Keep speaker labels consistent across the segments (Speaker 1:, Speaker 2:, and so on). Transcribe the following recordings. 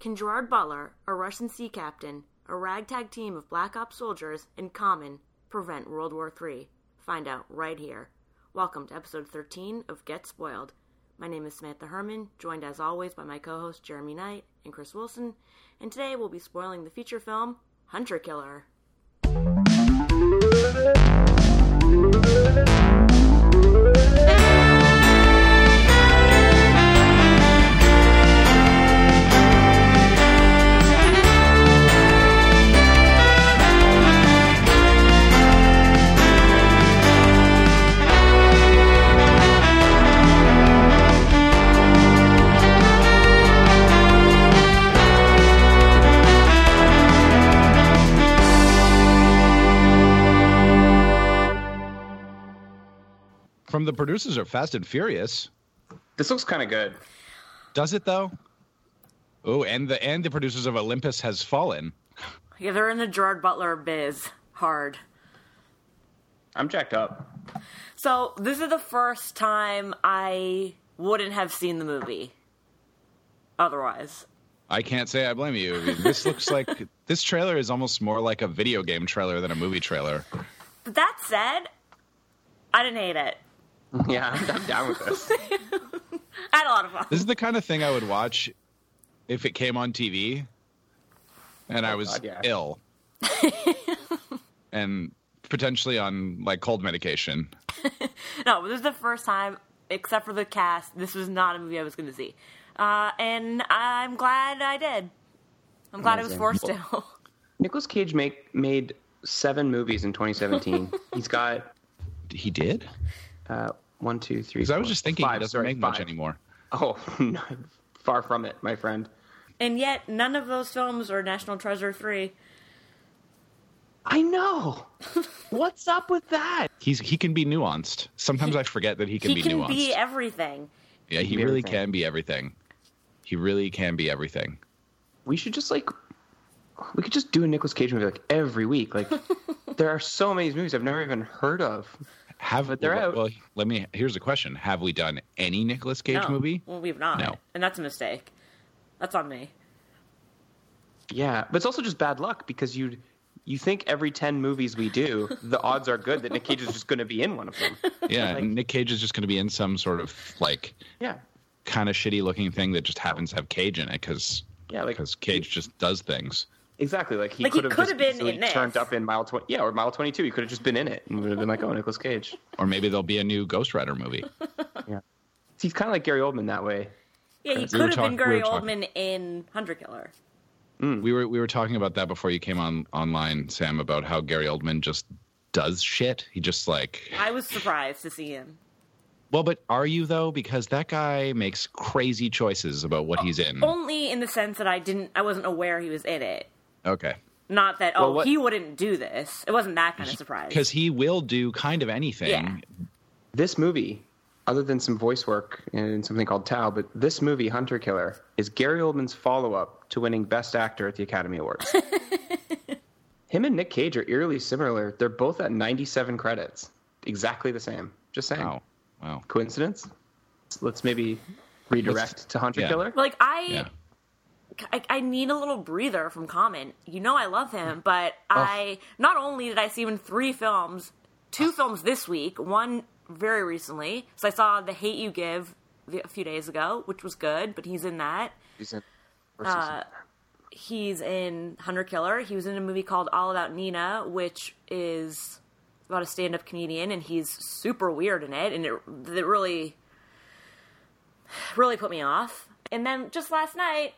Speaker 1: Can Gerard Butler, a Russian sea captain, a ragtag team of Black Ops soldiers, and Common prevent World War III? Find out right here. Welcome to episode 13 of Get Spoiled. My name is Samantha Herman, joined as always by my co hosts Jeremy Knight and Chris Wilson, and today we'll be spoiling the feature film Hunter Killer.
Speaker 2: From the producers of Fast and Furious,
Speaker 3: This looks kind of good.
Speaker 2: does it though? Oh, and the and the producers of Olympus Has Fallen.
Speaker 1: Yeah, they're in the Gerard Butler biz hard.
Speaker 3: I'm jacked up.
Speaker 1: So, this is the first time I wouldn't have seen the movie otherwise.
Speaker 2: I can't say I blame you. I mean, This looks like this trailer is almost more like a video game trailer than a movie trailer.
Speaker 1: But that said, I didn't hate it.
Speaker 3: Yeah, I'm, I'm down with this.
Speaker 1: I had a lot of fun.
Speaker 2: This is the kind of thing I would watch if it came on TV and I was
Speaker 3: Oh, God, yeah.
Speaker 2: ill and potentially on like cold medication.
Speaker 1: No, this is the first time, except for the cast, this was not a movie I was going to see. Uh, and I'm glad I did. I'm glad I was
Speaker 3: Amazing.
Speaker 1: forced to.
Speaker 3: Nicolas Cage make, made seven movies in 2017. He's got
Speaker 2: He did?
Speaker 3: uh, one, two, three.
Speaker 2: Because I was
Speaker 3: four-
Speaker 2: just thinking he
Speaker 3: five,
Speaker 2: doesn't
Speaker 3: sorry,
Speaker 2: make much
Speaker 3: five.
Speaker 2: anymore.
Speaker 3: Oh, no, far from it, my friend.
Speaker 1: and yet, none of those films are National Treasure 3.
Speaker 3: I know. What's up with that?
Speaker 2: He's he can be nuanced. Sometimes I forget that he can
Speaker 1: he
Speaker 2: be
Speaker 1: can
Speaker 2: nuanced.
Speaker 1: be everything.
Speaker 2: yeah, he
Speaker 3: be
Speaker 2: really
Speaker 3: everything.
Speaker 2: can be everything. He really can be everything.
Speaker 3: We should just like, we could just do a Nicolas Cage movie like every week. Like, there are so many movies I've never even heard of.
Speaker 2: Have
Speaker 3: But they're
Speaker 2: well,
Speaker 3: out.
Speaker 2: well, let me here's a question. Have we done any Nicolas Cage
Speaker 1: no.
Speaker 2: movie?
Speaker 1: Well, we've not.
Speaker 2: No.
Speaker 1: And that's a mistake. That's on me.
Speaker 3: Yeah, but it's also just bad luck because you you think every ten movies we do, the odds are good that Nick Cage is just going to be in one of them.
Speaker 2: Yeah,
Speaker 3: Like-
Speaker 2: Nick Cage is just going to be in some sort of like
Speaker 3: Yeah,
Speaker 2: kind of shitty looking thing that just happens to have Cage in it because
Speaker 3: Yeah, like-
Speaker 2: Cage just does things.
Speaker 3: exactly. Like he
Speaker 1: Like, he
Speaker 3: could have
Speaker 1: could've
Speaker 3: just
Speaker 1: been
Speaker 3: easily
Speaker 1: in this.
Speaker 3: turned up in mile twenty. Yeah, or mile twenty two. He could have just been in it and would have been like, oh, Nicolas Cage.
Speaker 2: Or maybe there'll be a new Ghost Rider movie.
Speaker 3: He's kind of like Gary Oldman that way.
Speaker 1: Yeah, he
Speaker 2: We
Speaker 1: could
Speaker 2: were
Speaker 1: have
Speaker 2: talk-
Speaker 1: been
Speaker 2: we
Speaker 1: Gary
Speaker 2: were talking-
Speaker 1: Oldman in Hunter Killer.
Speaker 3: Hmm.
Speaker 2: we were we were talking about that before you came on online, Sam, about how Gary Oldman just does shit. He just like
Speaker 1: I was surprised to see him.
Speaker 2: Well, but are you though? Because that guy makes crazy choices about
Speaker 3: Oh,
Speaker 2: what he's in.
Speaker 1: Only in the sense that I didn't, I wasn't aware he was in it.
Speaker 2: Okay.
Speaker 1: Not that oh
Speaker 3: Well, what-
Speaker 1: he wouldn't do this. It wasn't that kind of surprise.
Speaker 2: Because he will do kind of anything.
Speaker 1: Yeah.
Speaker 3: This movie, other than some voice work in something called Tao, but this movie, Hunter Killer, is Gary Oldman's follow up to winning Best Actor at the Academy Awards. Him and Nick Cage are eerily similar. They're both at 97 credits, exactly the same. Just saying.
Speaker 2: Wow. Wow.
Speaker 3: Coincidence? Let's maybe redirect to Hunter
Speaker 2: yeah.
Speaker 3: Killer.
Speaker 1: like I,
Speaker 2: Yeah.
Speaker 1: I, I need a little breather from Common. You know I love
Speaker 3: Mm.
Speaker 1: him, but
Speaker 3: Oh.
Speaker 1: I not only did I see him in three films,
Speaker 3: Oh.
Speaker 1: two films this week, one very recently. So I saw The Hate You Give the, a few days ago, which was good, but he's in that.
Speaker 3: He's in- or something.
Speaker 1: He's in Hunter Killer. He was in a movie called All About Nina, which is about a stand-up comedian, and he's super weird in it, and it, it really, really put me off. And then just last night,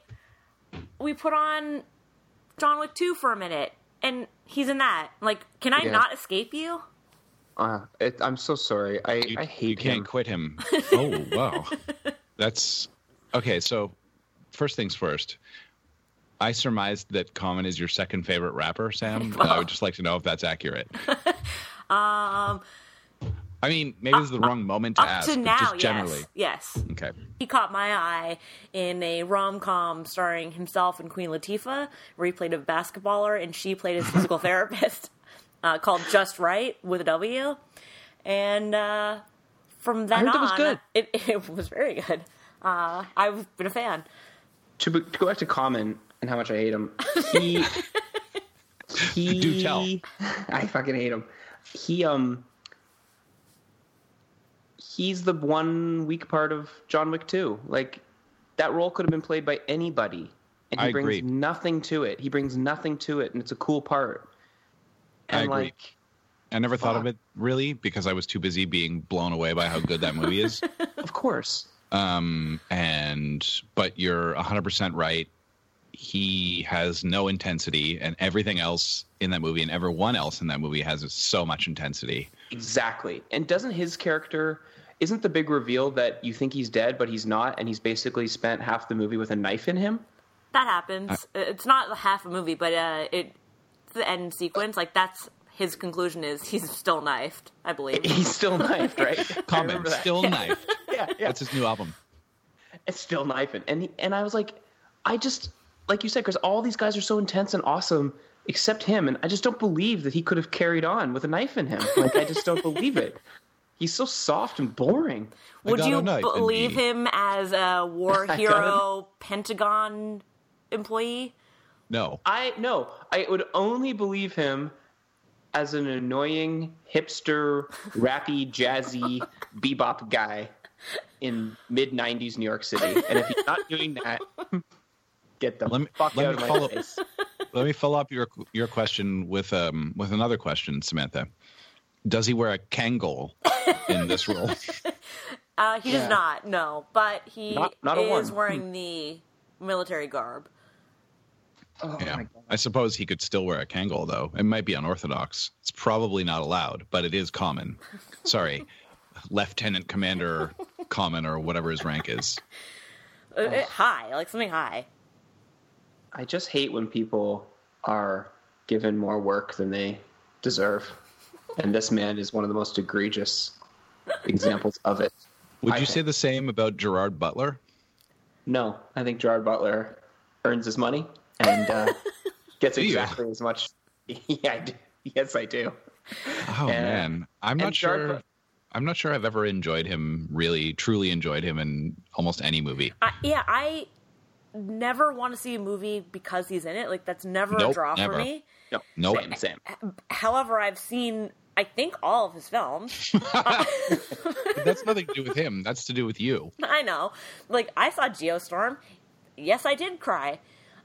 Speaker 1: we put on John Wick Two for a minute, and he's in that. Like, can I
Speaker 3: Yeah.
Speaker 1: not escape you?
Speaker 3: Uh, it, I'm so sorry. I, I hate
Speaker 2: you can't
Speaker 3: him.
Speaker 2: quit him. oh wow. That's okay, so first things first. I surmised that Common is your second favorite rapper, Sam. and I would just like to know if that's accurate. um I mean, maybe this is the wrong moment to
Speaker 1: Um, uh, Up
Speaker 2: ask,
Speaker 1: to
Speaker 2: but
Speaker 1: now,
Speaker 2: just generally.
Speaker 1: yes, yes.
Speaker 2: Okay.
Speaker 1: He caught my eye in a rom com starring himself and Queen Latifah, where he played a basketballer and she played his physical therapist, uh, called Just Right with a W. And uh, from then
Speaker 3: heard
Speaker 1: on,
Speaker 3: that was good.
Speaker 1: It, it was very good. Uh, I've been a fan.
Speaker 3: to, be- to go back to Common and how much I hate him, he he
Speaker 2: Do tell.
Speaker 3: I fucking hate him. He um he's the one weak part of John Wick 2. Like that role could have been played by anybody and he
Speaker 2: I
Speaker 3: brings
Speaker 2: agree.
Speaker 3: nothing to it. He brings nothing to it and it's a cool part.
Speaker 2: I
Speaker 3: And
Speaker 2: agree.
Speaker 3: like
Speaker 2: I never thought of
Speaker 3: Fuck.
Speaker 2: it really because I was too busy being blown away by how good that movie is.
Speaker 3: of course.
Speaker 2: Um, and but you're 100% right. He has no intensity, and everything else in that movie and everyone else in that movie has so much intensity.
Speaker 3: Exactly. And doesn't his character isn't the big reveal that you think he's dead but he's not and he's basically spent half the movie with a knife in him?
Speaker 1: That happens. Uh, it's not half a movie, but uh, it the end sequence. Like that's his conclusion is he's still knifed. I believe.
Speaker 3: He's still knifed, right? I
Speaker 2: Comment
Speaker 3: remember that.
Speaker 2: still knife.
Speaker 3: yeah, yeah.
Speaker 2: That's his new album.
Speaker 3: it's still knifing. And he- and I was like, I just like you said, because all these guys are so intense and awesome, except him, and I just don't believe that he could have carried on with a knife in him. Like I just don't believe it. He's so soft and boring.
Speaker 1: Would
Speaker 2: got a
Speaker 1: you
Speaker 2: knife and
Speaker 1: believe
Speaker 2: he-
Speaker 1: him as a war
Speaker 3: got a-
Speaker 1: hero Pentagon employee?
Speaker 2: No,
Speaker 3: I no, I would only believe him as an annoying hipster, rappy, jazzy, bebop guy in mid '90s New York City. And if he's not doing that, get the
Speaker 2: Let me-
Speaker 3: fuck
Speaker 2: let
Speaker 3: out
Speaker 2: me
Speaker 3: of my
Speaker 2: follow-
Speaker 3: face.
Speaker 2: let me follow up your your question with um with another question, Samantha. Does he wear a Kangol in this role?
Speaker 1: Uh, he
Speaker 3: Yeah.
Speaker 1: does not. No, but he
Speaker 3: Not- not a
Speaker 1: is
Speaker 3: one.
Speaker 1: wearing the military garb.
Speaker 3: Oh
Speaker 2: yeah. I suppose he could still wear a Kangol though. It might be unorthodox. It's probably not allowed, but it is common. Sorry. Lieutenant Commander Common or whatever his rank is.
Speaker 1: Uh,
Speaker 3: Oh.
Speaker 1: uh, high, like something high.
Speaker 3: I just hate when people are given more work than they deserve. And this man is one of the most egregious examples of it.
Speaker 2: Would
Speaker 3: I
Speaker 2: you
Speaker 3: think-
Speaker 2: say the same about Gerard Butler?
Speaker 3: No, I think Gerard Butler earns his money and uh, gets
Speaker 2: you?
Speaker 3: exactly as much. Yeah, I do. Yes, I do.
Speaker 2: Oh
Speaker 3: And-
Speaker 2: man, I'm not
Speaker 3: and Gerard
Speaker 2: sure.
Speaker 3: Bu-
Speaker 2: I'm not sure I've ever enjoyed him really, truly enjoyed him in almost any movie.
Speaker 1: I, yeah, I never want to see a movie because he's in it. Like that's never a
Speaker 2: Nope,
Speaker 1: draw
Speaker 2: never.
Speaker 1: for me.
Speaker 3: No,
Speaker 2: Nope.
Speaker 3: same, same.
Speaker 1: However, I've seen I think all of his films.
Speaker 2: But that's nothing to do with him. That's to do with you.
Speaker 1: I know. Like I saw Geostorm. Yes, I did cry.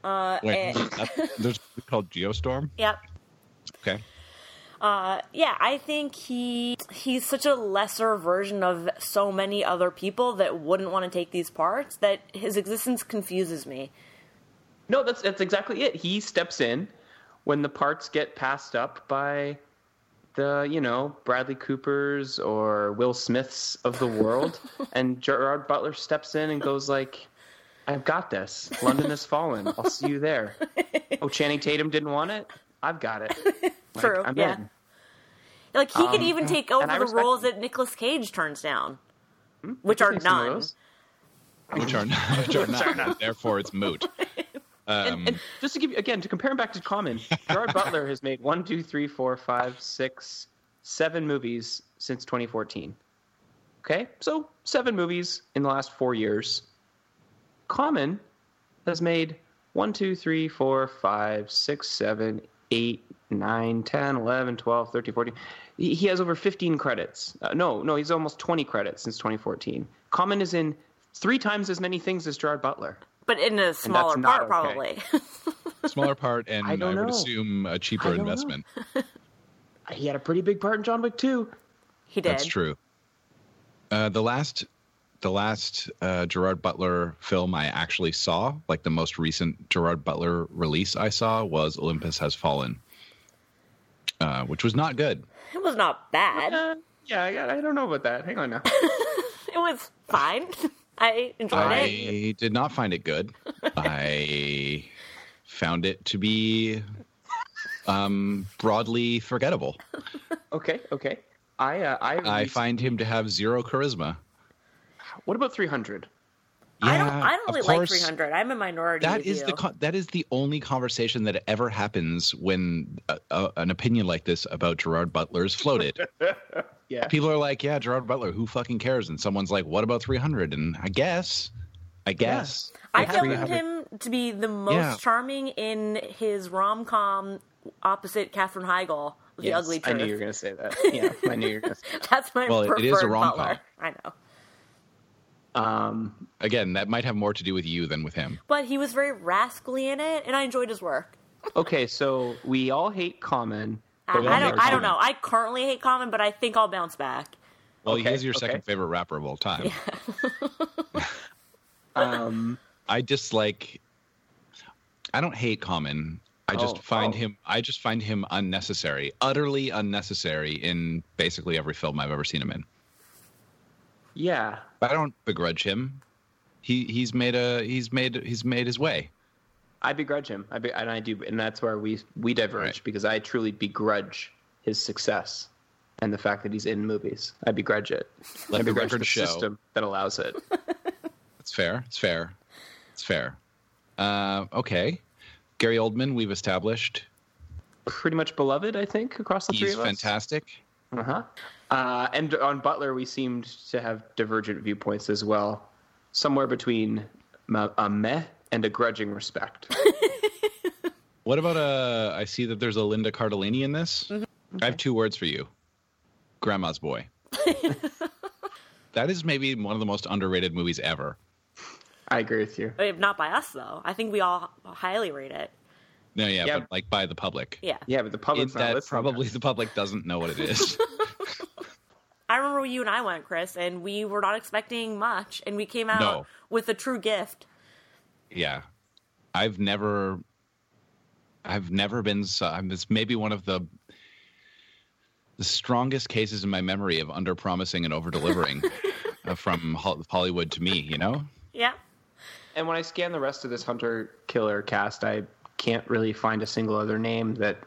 Speaker 1: Uh, and-
Speaker 2: Wait, that- there's a movie called Geostorm.
Speaker 1: yep.
Speaker 2: Okay.
Speaker 1: Uh, yeah, I think he he's such a lesser version of so many other people that wouldn't want to take these parts that his existence confuses me.
Speaker 3: No, that's that's exactly it. He steps in when the parts get passed up by the you know Bradley Coopers or Will Smiths of the world, and Gerard Butler steps in and goes like, "I've got this. London has fallen. I'll see you there." Oh, Channing Tatum didn't want it. I've got it. Like,
Speaker 1: True,
Speaker 3: I'm
Speaker 1: yeah.
Speaker 3: in. Um,
Speaker 1: Like he could even take over
Speaker 3: and I
Speaker 1: the
Speaker 3: respect
Speaker 1: roles that Nicolas Cage turns down, which
Speaker 3: I'll
Speaker 1: are
Speaker 3: take some of
Speaker 1: none.
Speaker 3: those.
Speaker 2: which are not, which are not, therefore it's moot.
Speaker 3: And, and just to give you again to compare him back to Common, Gerard Butler has made one, two, three, four, five, six, seven movies since 2014. Okay, so seven movies in the last four years. Common has made one, two, three, four, five, six, seven, eight, nine, 10, 11, 12, 13, 14. He he has over 15 credits. Uh, no, no, he's almost 20 credits since 2014. Common is in three times as many things as Gerard Butler.
Speaker 1: but in a smaller
Speaker 3: not
Speaker 1: part,
Speaker 3: okay.
Speaker 1: probably.
Speaker 2: Smaller part, and I,
Speaker 3: I don't
Speaker 2: would
Speaker 3: know.
Speaker 2: assume a
Speaker 3: I
Speaker 2: cheaper
Speaker 3: don't know.
Speaker 2: investment.
Speaker 3: He had a pretty big part in John Wick too.
Speaker 1: he did.
Speaker 2: That's true. Uh, the last, the last uh, Gerard Butler film I actually saw, like the most recent Gerard Butler release I saw, was Olympus Has Fallen, uh, which was not good.
Speaker 1: It was not bad.
Speaker 3: Uh, yeah, I, I don't know about that. Hang on now.
Speaker 1: It was fine. I enjoyed it.
Speaker 2: I did not find it good. I found it to be um, broadly forgettable.
Speaker 3: okay, okay. I uh, I,
Speaker 2: I
Speaker 3: released-
Speaker 2: find him to have zero charisma.
Speaker 3: What about 300?
Speaker 1: I don't. I
Speaker 2: of
Speaker 1: don't really like
Speaker 2: course.
Speaker 1: 300. I'm a minority.
Speaker 2: That
Speaker 1: with
Speaker 2: is
Speaker 1: you.
Speaker 2: the con- that is the only conversation that ever happens when uh uh an opinion like this about Gerard Butler is floated.
Speaker 3: Yeah.
Speaker 2: People are like, "Yeah, Gerard Butler, who fucking cares?" And someone's like, "What about 300?" And I guess, I guess
Speaker 1: I
Speaker 2: if
Speaker 1: found
Speaker 2: 300
Speaker 1: him to be the most
Speaker 2: Yeah.
Speaker 1: charming in his rom com opposite Katherine Heigl, The
Speaker 3: Yes,
Speaker 1: Ugly
Speaker 3: I
Speaker 1: Truth.
Speaker 3: knew you were going to say that. Yeah, I knew you were going to say that.
Speaker 1: That's my
Speaker 2: Well, it-
Speaker 1: preferred
Speaker 2: it is a rom-com.
Speaker 1: butler. I know.
Speaker 3: Um,
Speaker 2: Again, that might have more to do with you than with him.
Speaker 1: But he was very rascally in it, and I enjoyed his work.
Speaker 3: okay, so we all hate Common.
Speaker 1: I,
Speaker 3: but we
Speaker 1: I
Speaker 3: all
Speaker 1: don't.
Speaker 3: hate
Speaker 1: I don't
Speaker 3: Common.
Speaker 1: know. I currently hate Common, but I think I'll bounce back.
Speaker 2: Well, he
Speaker 3: Okay,
Speaker 2: is your
Speaker 3: okay.
Speaker 2: second favorite rapper of all time.
Speaker 3: Um,
Speaker 2: I dislike. I don't hate Common. I just
Speaker 3: Oh,
Speaker 2: find
Speaker 3: oh.
Speaker 2: him. I just find him unnecessary, utterly unnecessary in basically every film I've ever seen him in.
Speaker 3: yeah,
Speaker 2: But I don't begrudge him. He he's made a he's made he's made his way.
Speaker 3: I begrudge him. I be, and I do, and that's where we we diverge
Speaker 2: Right.
Speaker 3: because I truly begrudge his success and the fact that he's in movies. I begrudge it.
Speaker 2: Let
Speaker 3: I
Speaker 2: the
Speaker 3: begrudge
Speaker 2: record
Speaker 3: the
Speaker 2: show.
Speaker 3: system that allows it.
Speaker 2: It's fair. It's fair. It's fair. Uh, okay, Gary Oldman. We've established
Speaker 3: Pretty much beloved, I think, across the three
Speaker 2: he's
Speaker 3: of us.
Speaker 2: fantastic.
Speaker 3: Uh-huh. Uh, and on Butler, we seemed to have divergent viewpoints as well, somewhere between ma- a meh and a grudging respect.
Speaker 2: What about uh? I see that there's a Linda Cardellini in this.
Speaker 3: Mm-hmm.
Speaker 2: I have two words for you. Grandma's boy. that is maybe one of the most underrated movies ever.
Speaker 3: I agree with you.
Speaker 1: Uh, Not by us though. I think we all highly rate it.
Speaker 2: No, yeah,
Speaker 3: Yeah.
Speaker 2: but like by the public.
Speaker 1: Yeah.
Speaker 3: Yeah, but the
Speaker 2: In
Speaker 3: public's not
Speaker 2: that
Speaker 3: listening.
Speaker 2: probably the public doesn't know what it is.
Speaker 1: I remember you and I went, Chris, and we were not expecting much, and we came out
Speaker 2: No.
Speaker 1: with a true gift.
Speaker 2: yeah. I've never I've never been so I'm- it's maybe one of the the strongest cases in my memory of under promising and over delivering from Hol- Hollywood to me, you know?
Speaker 1: Yeah.
Speaker 3: And when I scan the rest of this Hunter Killer cast, I can't really find a single other name that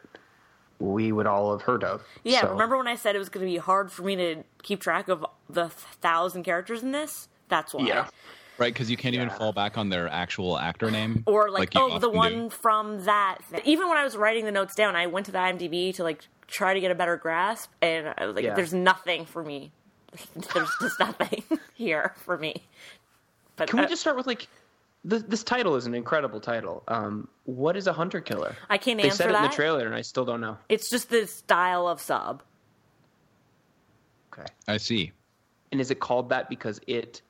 Speaker 3: we would all have heard of.
Speaker 1: Yeah,
Speaker 3: So-
Speaker 1: remember when I said it was going to be hard for me to keep track of the thousand characters in this? That's why.
Speaker 3: Yeah.
Speaker 2: Right, because you can't even
Speaker 3: Yeah.
Speaker 2: fall back on their actual actor name.
Speaker 1: Or like,
Speaker 2: you
Speaker 1: oh, the
Speaker 2: often do.
Speaker 1: one from that. Thing. Even when I was writing the notes down, I went to the IMDb to like try to get a better grasp, and I was like,
Speaker 3: Yeah.
Speaker 1: "There's nothing for me. There's just nothing here for me." But
Speaker 3: Can we
Speaker 1: uh,
Speaker 3: just start with like this, this title is an incredible title. Um, what is a hunter killer?
Speaker 1: I can't
Speaker 3: they
Speaker 1: answer
Speaker 3: said it in the
Speaker 1: that.
Speaker 3: trailer, and I still don't know.
Speaker 1: It's just the style of sub.
Speaker 3: Okay.
Speaker 2: I see.
Speaker 3: and is it called that because it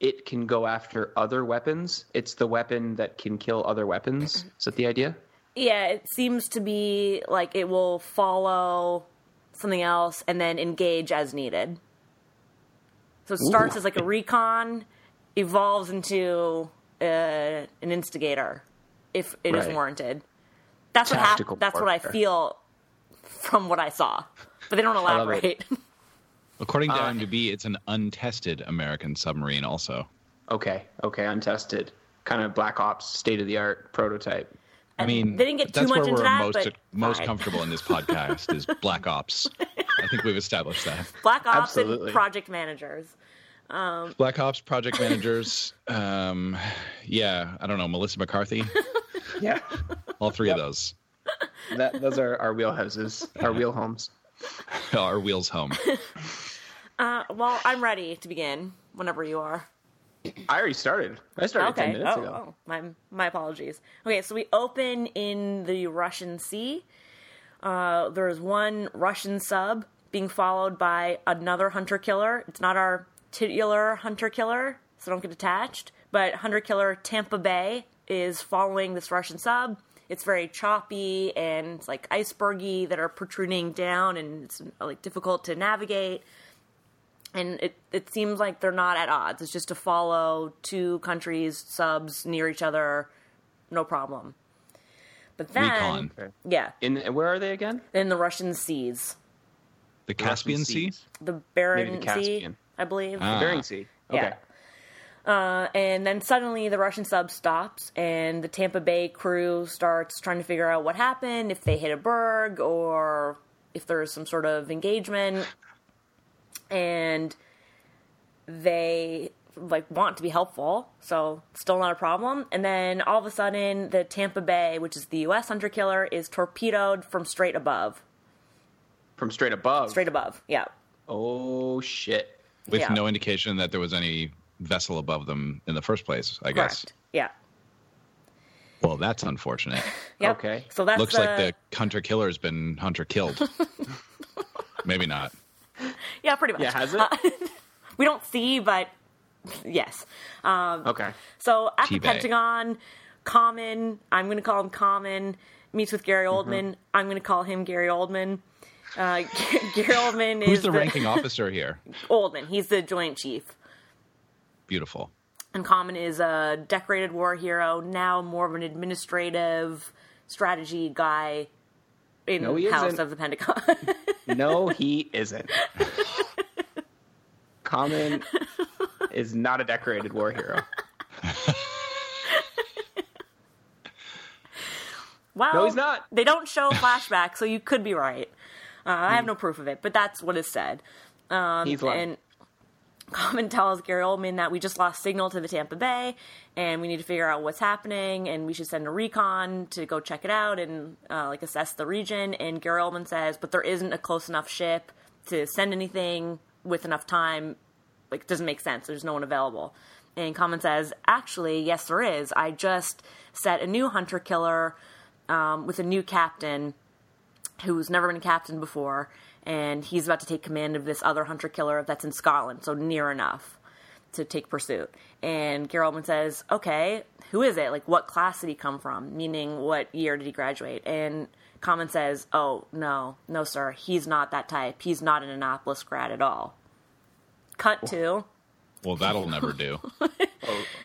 Speaker 3: it can go after other weapons it's the weapon that can kill other weapons is that the idea
Speaker 1: Yeah, it seems to be like it will follow something else and then engage as needed. So it starts
Speaker 3: Ooh.
Speaker 1: as like a recon, evolves into uh, an instigator if it is
Speaker 3: Right.
Speaker 1: warranted. That's what hap-
Speaker 3: Tactical
Speaker 1: That's what I
Speaker 3: warfare.
Speaker 1: feel from what I saw, but they don't
Speaker 3: love it.
Speaker 1: elaborate.
Speaker 2: According
Speaker 1: Uh,
Speaker 2: to IMDb, it's an untested American submarine. Also,
Speaker 3: okay okay untested kind of black ops state of the art prototype
Speaker 2: I mean,
Speaker 1: they didn't get too
Speaker 2: that's
Speaker 1: much
Speaker 2: where
Speaker 1: into
Speaker 2: we're
Speaker 1: that,
Speaker 2: most
Speaker 1: but
Speaker 2: most
Speaker 1: fine.
Speaker 2: comfortable in this podcast is Black Ops. I think we've established that.
Speaker 1: Black ops
Speaker 3: Absolutely.
Speaker 1: and project managers.
Speaker 2: Black Ops project managers. Um, yeah, I don't know Melissa McCarthy.
Speaker 3: yeah
Speaker 2: All three of those
Speaker 3: that, those are our wheelhouses our wheel homes
Speaker 2: are wheels home.
Speaker 1: Uh, well, I'm ready to begin whenever you are.
Speaker 3: i already started i started 10 minutes
Speaker 1: oh,
Speaker 3: ago
Speaker 1: oh, my my apologies. Okay, so we open in the Russian Sea. Uh, there is one Russian sub being followed by another hunter killer. It's not our titular hunter killer, so don't get attached. But hunter killer Tampa Bay is following this Russian sub. It's very choppy and it's like icebergy that are protruding down, and it's like difficult to navigate and it it seems like they're not at odds. It's just to follow two countries subs near each other, no problem. But then,
Speaker 2: Recon.
Speaker 1: yeah,
Speaker 3: in and where are they again
Speaker 1: in the Russian seas,
Speaker 2: The Caspian Sea.
Speaker 1: the Barren Sea,
Speaker 3: Caspian.
Speaker 1: I believe.
Speaker 2: Ah.
Speaker 3: bering sea okay
Speaker 1: Yeah. Uh, and then suddenly the Russian sub stops, and the Tampa Bay crew starts trying to figure out what happened, if they hit a berg, or if there is some sort of engagement. And they like want to be helpful, so still not a problem. And then all of a sudden, the Tampa Bay, which is the U.S. hunter killer, is torpedoed from straight above.
Speaker 3: from straight above
Speaker 1: Straight above, yeah.
Speaker 3: oh shit
Speaker 2: with
Speaker 1: Yeah.
Speaker 2: no indication that there was any vessel above them in the first place. I guess
Speaker 1: Yeah.
Speaker 2: Well, that's unfortunate.
Speaker 1: Yep.
Speaker 3: Okay.
Speaker 1: So that's
Speaker 2: Looks
Speaker 1: the,
Speaker 2: like the hunter killer has been hunter killed. Maybe not.
Speaker 1: yeah, pretty much.
Speaker 3: Yeah, has it?
Speaker 1: we don't see, but yes.
Speaker 3: okay.
Speaker 1: So at the
Speaker 2: Teabag.
Speaker 1: Pentagon, Common, I'm going to call him Common, meets with Gary
Speaker 3: Mm-hmm.
Speaker 1: Oldman. I'm going to call him Gary Oldman. Uh, Gary Oldman
Speaker 2: Who's
Speaker 1: is
Speaker 2: the ranking officer here?
Speaker 1: Oldman. He's the Joint Chief.
Speaker 2: Beautiful.
Speaker 1: And Common is a decorated war hero, now more of an administrative strategy guy in
Speaker 3: No, he
Speaker 1: House
Speaker 3: isn't.
Speaker 1: of the Pentagon.
Speaker 3: No, he isn't. Common is not a decorated war hero.
Speaker 1: well,
Speaker 3: No, he's not.
Speaker 1: They don't show flashbacks, so you could be right. Uh, I have no proof of it, but that's what is said.
Speaker 3: He's lying.
Speaker 1: And Common tells Gary Oldman that we just lost signal to the Tampa Bay and we need to figure out what's happening and we should send a recon to go check it out and uh, like assess the region. And Gary Oldman says, but there isn't a close enough ship to send anything with enough time. Like, it doesn't make sense. There's no one available. And Common says, actually, yes, there is. I just set a new hunter killer um, with a new captain who's never been captain before, and he's about to take command of this other hunter killer that's in Scotland, so near enough to take pursuit. And Gary Oldman says, "Okay, who is it? Like, what class did he come from? Meaning, what year did he graduate?" And Common says, "Oh no, no, sir, he's not that type. He's not an Annapolis grad at all." Cut to
Speaker 2: Well, that'll never do.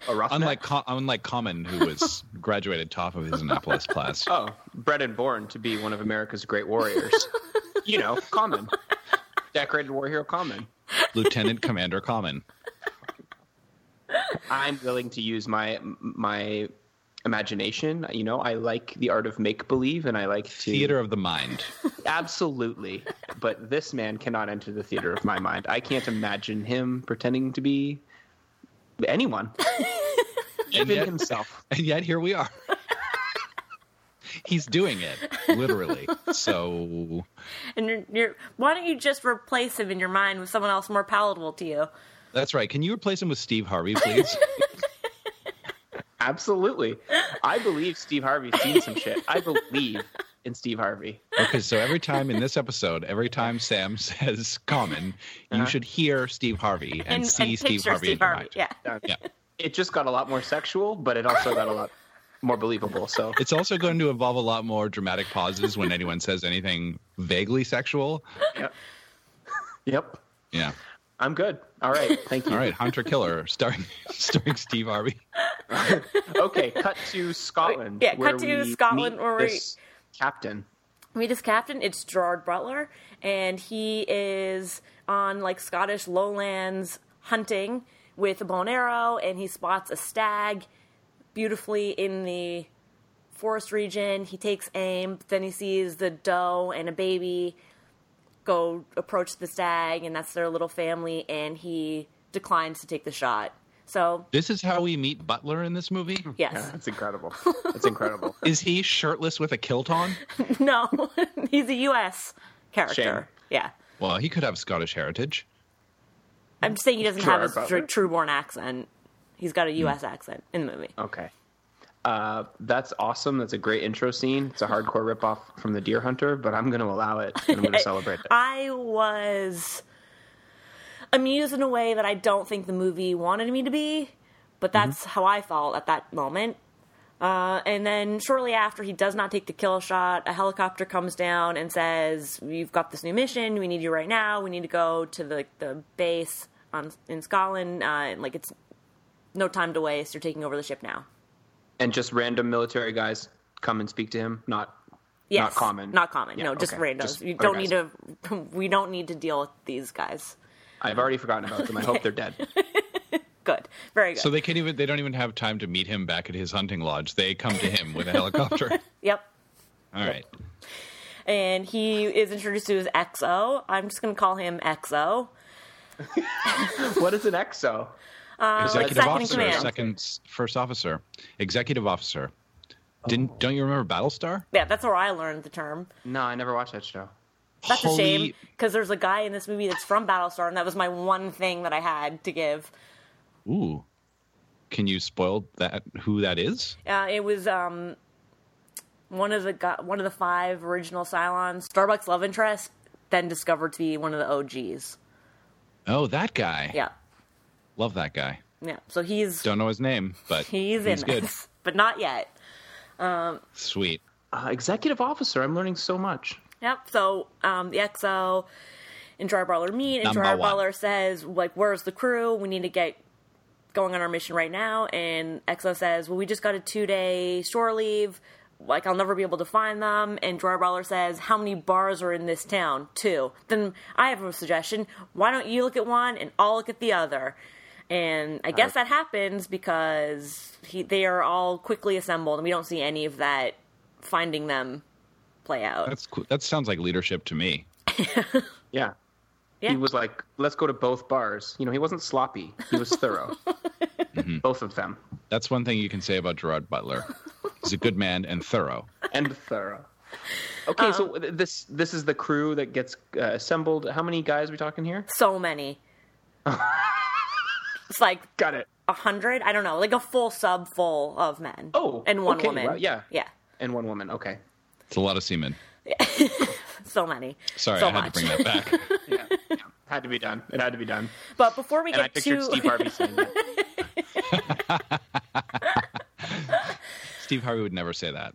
Speaker 3: a roughneck?
Speaker 2: Unlike co- unlike Common, who was graduated top of his Annapolis class.
Speaker 3: oh, bred and born to be one of America's great warriors. you know, Common, decorated war hero, Common.
Speaker 2: Lieutenant Commander Common.
Speaker 3: I'm willing to use my my imagination. You know, I like the art of make believe, and I like to
Speaker 2: Theater of the mind.
Speaker 3: Absolutely, but this man cannot enter the theater of my mind. I can't imagine him pretending to be anyone,
Speaker 2: And
Speaker 3: even
Speaker 2: yet,
Speaker 3: himself.
Speaker 2: and yet here we are. He's doing it, literally. So
Speaker 1: and you're, you're why don't you just replace him in your mind with someone else more palatable to you?
Speaker 2: that's right. Can you replace him with Steve Harvey, please?
Speaker 3: Absolutely, I believe Steve Harvey's seen some shit. I believe in Steve Harvey.
Speaker 2: Okay, so every time in this episode, every time Sam says common, you should hear Steve Harvey and, see Steve
Speaker 1: picture
Speaker 2: Harvey in your mind.
Speaker 1: Yeah.
Speaker 3: Done.
Speaker 2: Yeah.
Speaker 3: It just got a lot more sexual, but it also got a lot more believable. So
Speaker 2: It's also going to involve a lot more dramatic pauses when anyone says anything vaguely sexual.
Speaker 3: yep. yep,
Speaker 2: Yeah.
Speaker 3: I'm good. All right, thank you.
Speaker 2: All right, Hunter Killer starring starring Steve Harvey.
Speaker 3: Okay, cut to Scotland.
Speaker 1: Yeah, cut
Speaker 3: where
Speaker 1: to
Speaker 3: we
Speaker 1: Scotland
Speaker 3: meet
Speaker 1: where we-
Speaker 3: this captain.
Speaker 1: meet his captain. It's Gerard Butler, and he is on like Scottish lowlands hunting with a bow and arrow, and he spots a stag beautifully in the forest region. He takes aim, but then he sees the doe and a baby go approach the stag, and that's their little family, and he declines to take the shot. So,
Speaker 2: This is how we meet Butler in this movie.
Speaker 1: yes.
Speaker 3: Yeah, that's incredible. That's incredible.
Speaker 2: Is he shirtless with a kilt on?
Speaker 1: No, he's a U.S. character.
Speaker 3: Shame.
Speaker 1: Yeah.
Speaker 2: Well, he could have Scottish heritage.
Speaker 1: I'm just saying he doesn't
Speaker 3: Gerard
Speaker 1: have a
Speaker 3: Butler?
Speaker 1: tr- true-born accent. He's got a U.S. accent in the movie.
Speaker 3: Okay. Uh, that's awesome. That's a great intro scene. It's a hardcore ripoff from The Deer Hunter, but I'm going to allow it and I'm going to celebrate it.
Speaker 1: I was amused in a way that I don't think the movie wanted me to be, but that's how I felt at that moment. Uh, and then shortly after he does not take the kill shot, a helicopter comes down and says, "You've got this new mission. We need you right now. We need to go to the the base on in Scotland. Uh, and, like it's no time to waste. You're taking over the ship now."
Speaker 3: And just random military guys come and speak to him. Not
Speaker 1: Yes,
Speaker 3: Not common.
Speaker 1: Not common.
Speaker 3: Yeah,
Speaker 1: no, just
Speaker 3: okay.
Speaker 1: randos.
Speaker 3: Just
Speaker 1: you
Speaker 3: other
Speaker 1: don't need to. We don't need to deal with these guys.
Speaker 3: I've already forgotten about them. I hope they're dead.
Speaker 1: Good. Very good.
Speaker 2: So they can't even they don't even have time to meet him back at his hunting lodge. They come to him with a helicopter.
Speaker 1: yep.
Speaker 2: All right.
Speaker 1: And he is introduced to as XO. I'm just going to call him XO.
Speaker 3: What is an exo?
Speaker 2: Executive
Speaker 1: Uh, second in
Speaker 2: officer,
Speaker 1: command.
Speaker 2: second first officer, executive officer. Didn't don't you remember Battlestar?
Speaker 1: Yeah, that's where I learned the term.
Speaker 3: No, I never watched that show.
Speaker 1: That's
Speaker 2: Holy-
Speaker 1: a shame because there's a guy in this movie that's from Battlestar, and that was my one thing that I had to give.
Speaker 2: Ooh. Can you spoil that? Who that is?
Speaker 1: Uh, it was um, one of the go- one of the five original Cylons. Starbucks love interest, then discovered to be one of the OGs.
Speaker 2: Oh, that guy.
Speaker 1: Yeah,
Speaker 2: Love that guy.
Speaker 1: yeah. So he's
Speaker 2: Don't know his name, but
Speaker 1: he's, in
Speaker 2: good.
Speaker 1: this, but not yet.
Speaker 2: Sweet.
Speaker 3: Uh, executive officer. I'm learning so much.
Speaker 1: Yep. So um, the XO and Jar Brawler meet, and
Speaker 2: Number
Speaker 1: Jar
Speaker 2: one.
Speaker 1: Brawler says, "Like, where's the crew? We need to get going on our mission right now." And XO says, "Well, we just got a two-day shore leave. Like, I'll never be able to find them." And Jar Brawler says, "How many bars are in this town? Two. Then I have a suggestion. Why don't you look at one and I'll look at the other?" And I guess that happens because he, they are all quickly assembled, and we don't see any of that finding them play out.
Speaker 2: That's cool. That sounds like leadership to me.
Speaker 3: Yeah.
Speaker 1: Yeah.
Speaker 3: He was like, let's go to both bars. You know, he wasn't sloppy. He was thorough. Both of them.
Speaker 2: That's one thing you can say about Gerard Butler. He's a good man and thorough.
Speaker 3: And thorough. Okay,
Speaker 1: Um,
Speaker 3: so th- this this is the crew that gets uh, assembled. How many guys are we talking here?
Speaker 1: so many. it's like
Speaker 3: Got it.
Speaker 1: a hundred. I don't know, like a full sub full of men.
Speaker 3: Oh,
Speaker 1: and one
Speaker 3: okay,
Speaker 1: woman.
Speaker 3: wow, yeah.
Speaker 1: yeah,
Speaker 3: And one woman. Okay.
Speaker 2: It's a lot of semen.
Speaker 1: so many.
Speaker 2: Sorry,
Speaker 1: so
Speaker 2: I had
Speaker 1: much.
Speaker 2: to bring that back.
Speaker 3: Yeah. yeah. Had to be done. It had to be done.
Speaker 1: But before we
Speaker 3: And I
Speaker 1: get
Speaker 3: pictured
Speaker 1: to
Speaker 3: Steve Harvey saying that.
Speaker 2: Steve Harvey would never say that.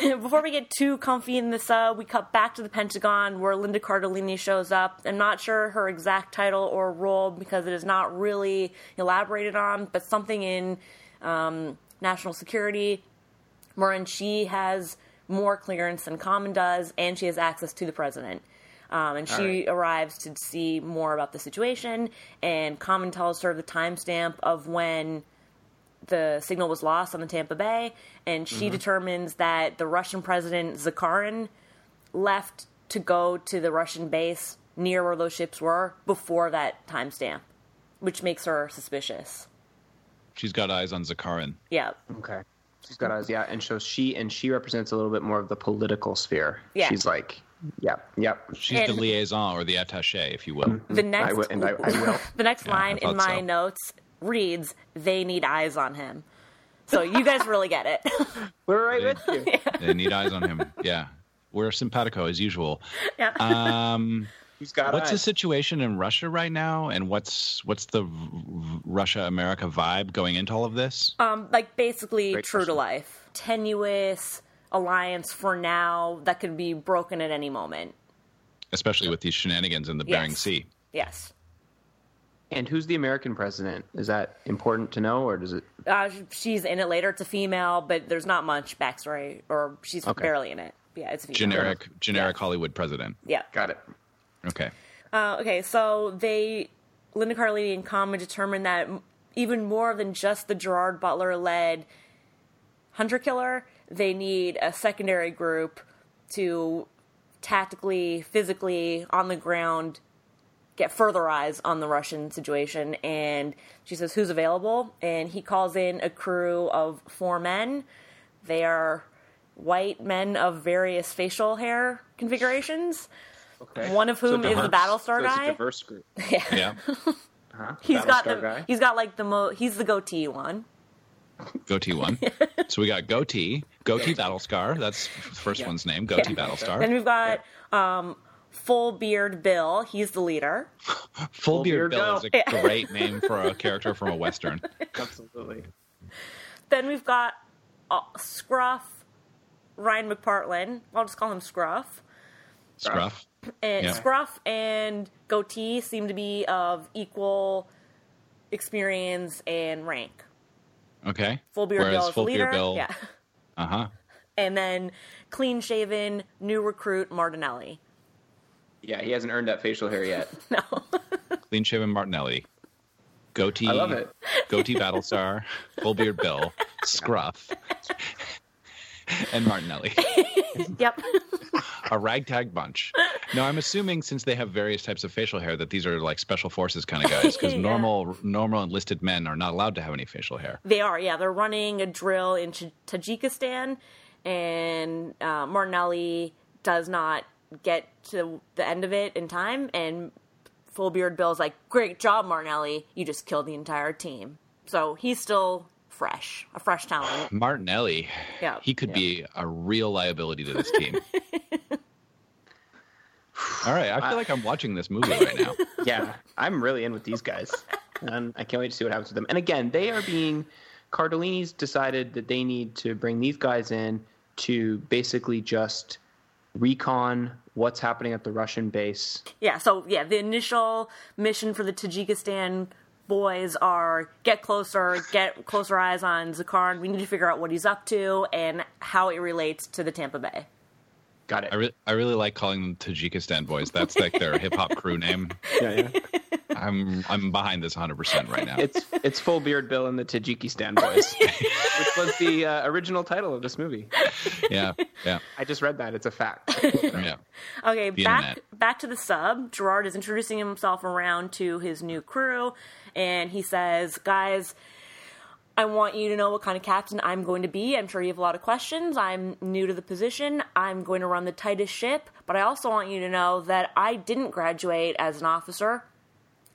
Speaker 1: before we get too comfy in the sub, we cut back to the Pentagon where Linda Cardellini shows up. I'm not sure her exact title or role because it is not really elaborated on, but something in um, national security wherein she has more clearance than Common does, and she has access to the president. Um, and she
Speaker 3: right.
Speaker 1: arrives to see more about the situation, and Common tells her the timestamp of when the signal was lost on the Tampa Bay, and she determines that the Russian president Zakharin left to go to the Russian base near where those ships were before that timestamp, which makes her suspicious.
Speaker 2: She's got eyes on Zakarin.
Speaker 1: Yeah,
Speaker 3: Okay. She's got eyes, yeah, and so she and she represents a little bit more of the political sphere.
Speaker 1: Yeah.
Speaker 3: She's like, yep, yep.
Speaker 2: She's the
Speaker 1: And-
Speaker 2: liaison or the attaché, if you will.
Speaker 1: the next
Speaker 3: Mm-hmm. I will, and I, I will.
Speaker 1: the next line
Speaker 2: I thought
Speaker 1: in my
Speaker 2: so.
Speaker 1: notes reads, "They need eyes on him." So you guys really get it.
Speaker 3: We're right with you.
Speaker 2: They need eyes on him. Yeah. We're simpatico as usual.
Speaker 1: yeah.
Speaker 2: Um,
Speaker 3: He's got
Speaker 2: what's
Speaker 3: eyes.
Speaker 2: the situation in Russia right now, and what's what's the Russia America vibe going into all of this?
Speaker 1: um, like basically
Speaker 3: Great
Speaker 1: true to
Speaker 3: question.
Speaker 1: life, tenuous alliance for now that could be broken at any moment.
Speaker 2: Especially with these shenanigans in the Bering
Speaker 1: Yes.
Speaker 2: Sea.
Speaker 1: Yes.
Speaker 3: And who's the American president? Is that important to know, or does it?
Speaker 1: Uh, sh- she's in it later. It's a female, but there's not much backstory, or she's
Speaker 3: Okay.
Speaker 1: barely in it. Yeah, it's a female.
Speaker 2: Generic, generic Hollywood president.
Speaker 1: Yeah.
Speaker 3: Got it.
Speaker 2: Okay.
Speaker 1: Uh, okay, so they, Linda Carlini and Common determined that m- even more than just the Gerard Butler led hunter killer, they need a secondary group to tactically, physically, on the ground, get further eyes on the Russian situation. And she says, Who's available? And he calls in a crew of four men. They are white men of various facial hair configurations.
Speaker 3: Okay.
Speaker 1: One of whom is the Battlestar
Speaker 3: diverse- so it's
Speaker 1: guy?
Speaker 3: a diverse group.
Speaker 2: Yeah.
Speaker 3: Huh?
Speaker 1: He's got
Speaker 3: Battlestar
Speaker 1: the
Speaker 3: guy.
Speaker 1: he's got like the mo he's the goatee one.
Speaker 2: Goatee one. so we got Goatee, Goatee Battlescar. That's the first one's name, Goatee Battlestar.
Speaker 1: Then we've got um full beard Bill, he's the leader.
Speaker 2: Full Beard
Speaker 3: Full Beard
Speaker 2: Bill is a great name for a character from a Western.
Speaker 3: Absolutely.
Speaker 1: Then we've got uh, Scruff Ryan McPartlin. I'll just call him Scruff.
Speaker 2: Scruff.
Speaker 1: And
Speaker 2: Yeah.
Speaker 1: Scruff and Goatee seem to be of equal experience and rank.
Speaker 2: Okay.
Speaker 1: Full beard
Speaker 2: Whereas
Speaker 1: Bill is
Speaker 2: Full
Speaker 1: the leader.
Speaker 2: Beard Bill.
Speaker 1: Yeah.
Speaker 2: Uh huh.
Speaker 1: And then clean shaven new recruit Martinelli.
Speaker 3: Yeah, he hasn't earned that facial hair yet.
Speaker 2: Clean shaven Martinelli. Goatee.
Speaker 3: I love it.
Speaker 2: Goatee Battlestar. Full Beard Bill. Scruff. And Martinelli.
Speaker 1: Yep.
Speaker 2: A ragtag bunch. Now, I'm assuming since they have various types of facial hair that these are like special forces kind of guys because
Speaker 1: Yeah.
Speaker 2: normal normal enlisted men are not allowed to have any facial hair.
Speaker 1: They are, yeah. They're running a drill in Taj- Tajikistan, and uh, Martinelli does not get to the end of it in time. And Full Beard Bill's like, "Great job, Martinelli! You just killed the entire team." So he's still fresh, a fresh talent.
Speaker 2: Martinelli,
Speaker 1: Yeah.
Speaker 2: he could be a real liability to this team. All right, I feel like I'm watching this movie right now.
Speaker 3: yeah, I'm really in with these guys, and I can't wait to see what happens with them. And again, they are being Cardellini's decided that they need to bring these guys in to basically just recon what's happening at the Russian base.
Speaker 1: Yeah, so yeah, the initial mission for the Tajikistan boys are get closer, get closer eyes on Zakarn. We need to figure out what he's up to and how it relates to the Tampa Bay.
Speaker 3: Got it.
Speaker 2: I really, I really like calling them Tajikistan boys. That's like their hip hop crew name.
Speaker 3: yeah, yeah.
Speaker 2: I'm, I'm behind this 100 percent right now.
Speaker 3: It's it's full beard Bill and the Tajikistan boys, which was the uh, original title of this movie.
Speaker 2: Yeah, yeah,
Speaker 3: I just read that; it's a fact.
Speaker 2: yeah.
Speaker 1: Okay, back
Speaker 2: internet.
Speaker 1: back to the sub. Gerard is introducing himself around to his new crew, and he says, "Guys, I want you to know what kind of captain I'm going to be. I'm sure you have a lot of questions. I'm new to the position. I'm going to run the tightest ship, but I also want you to know that I didn't graduate as an officer.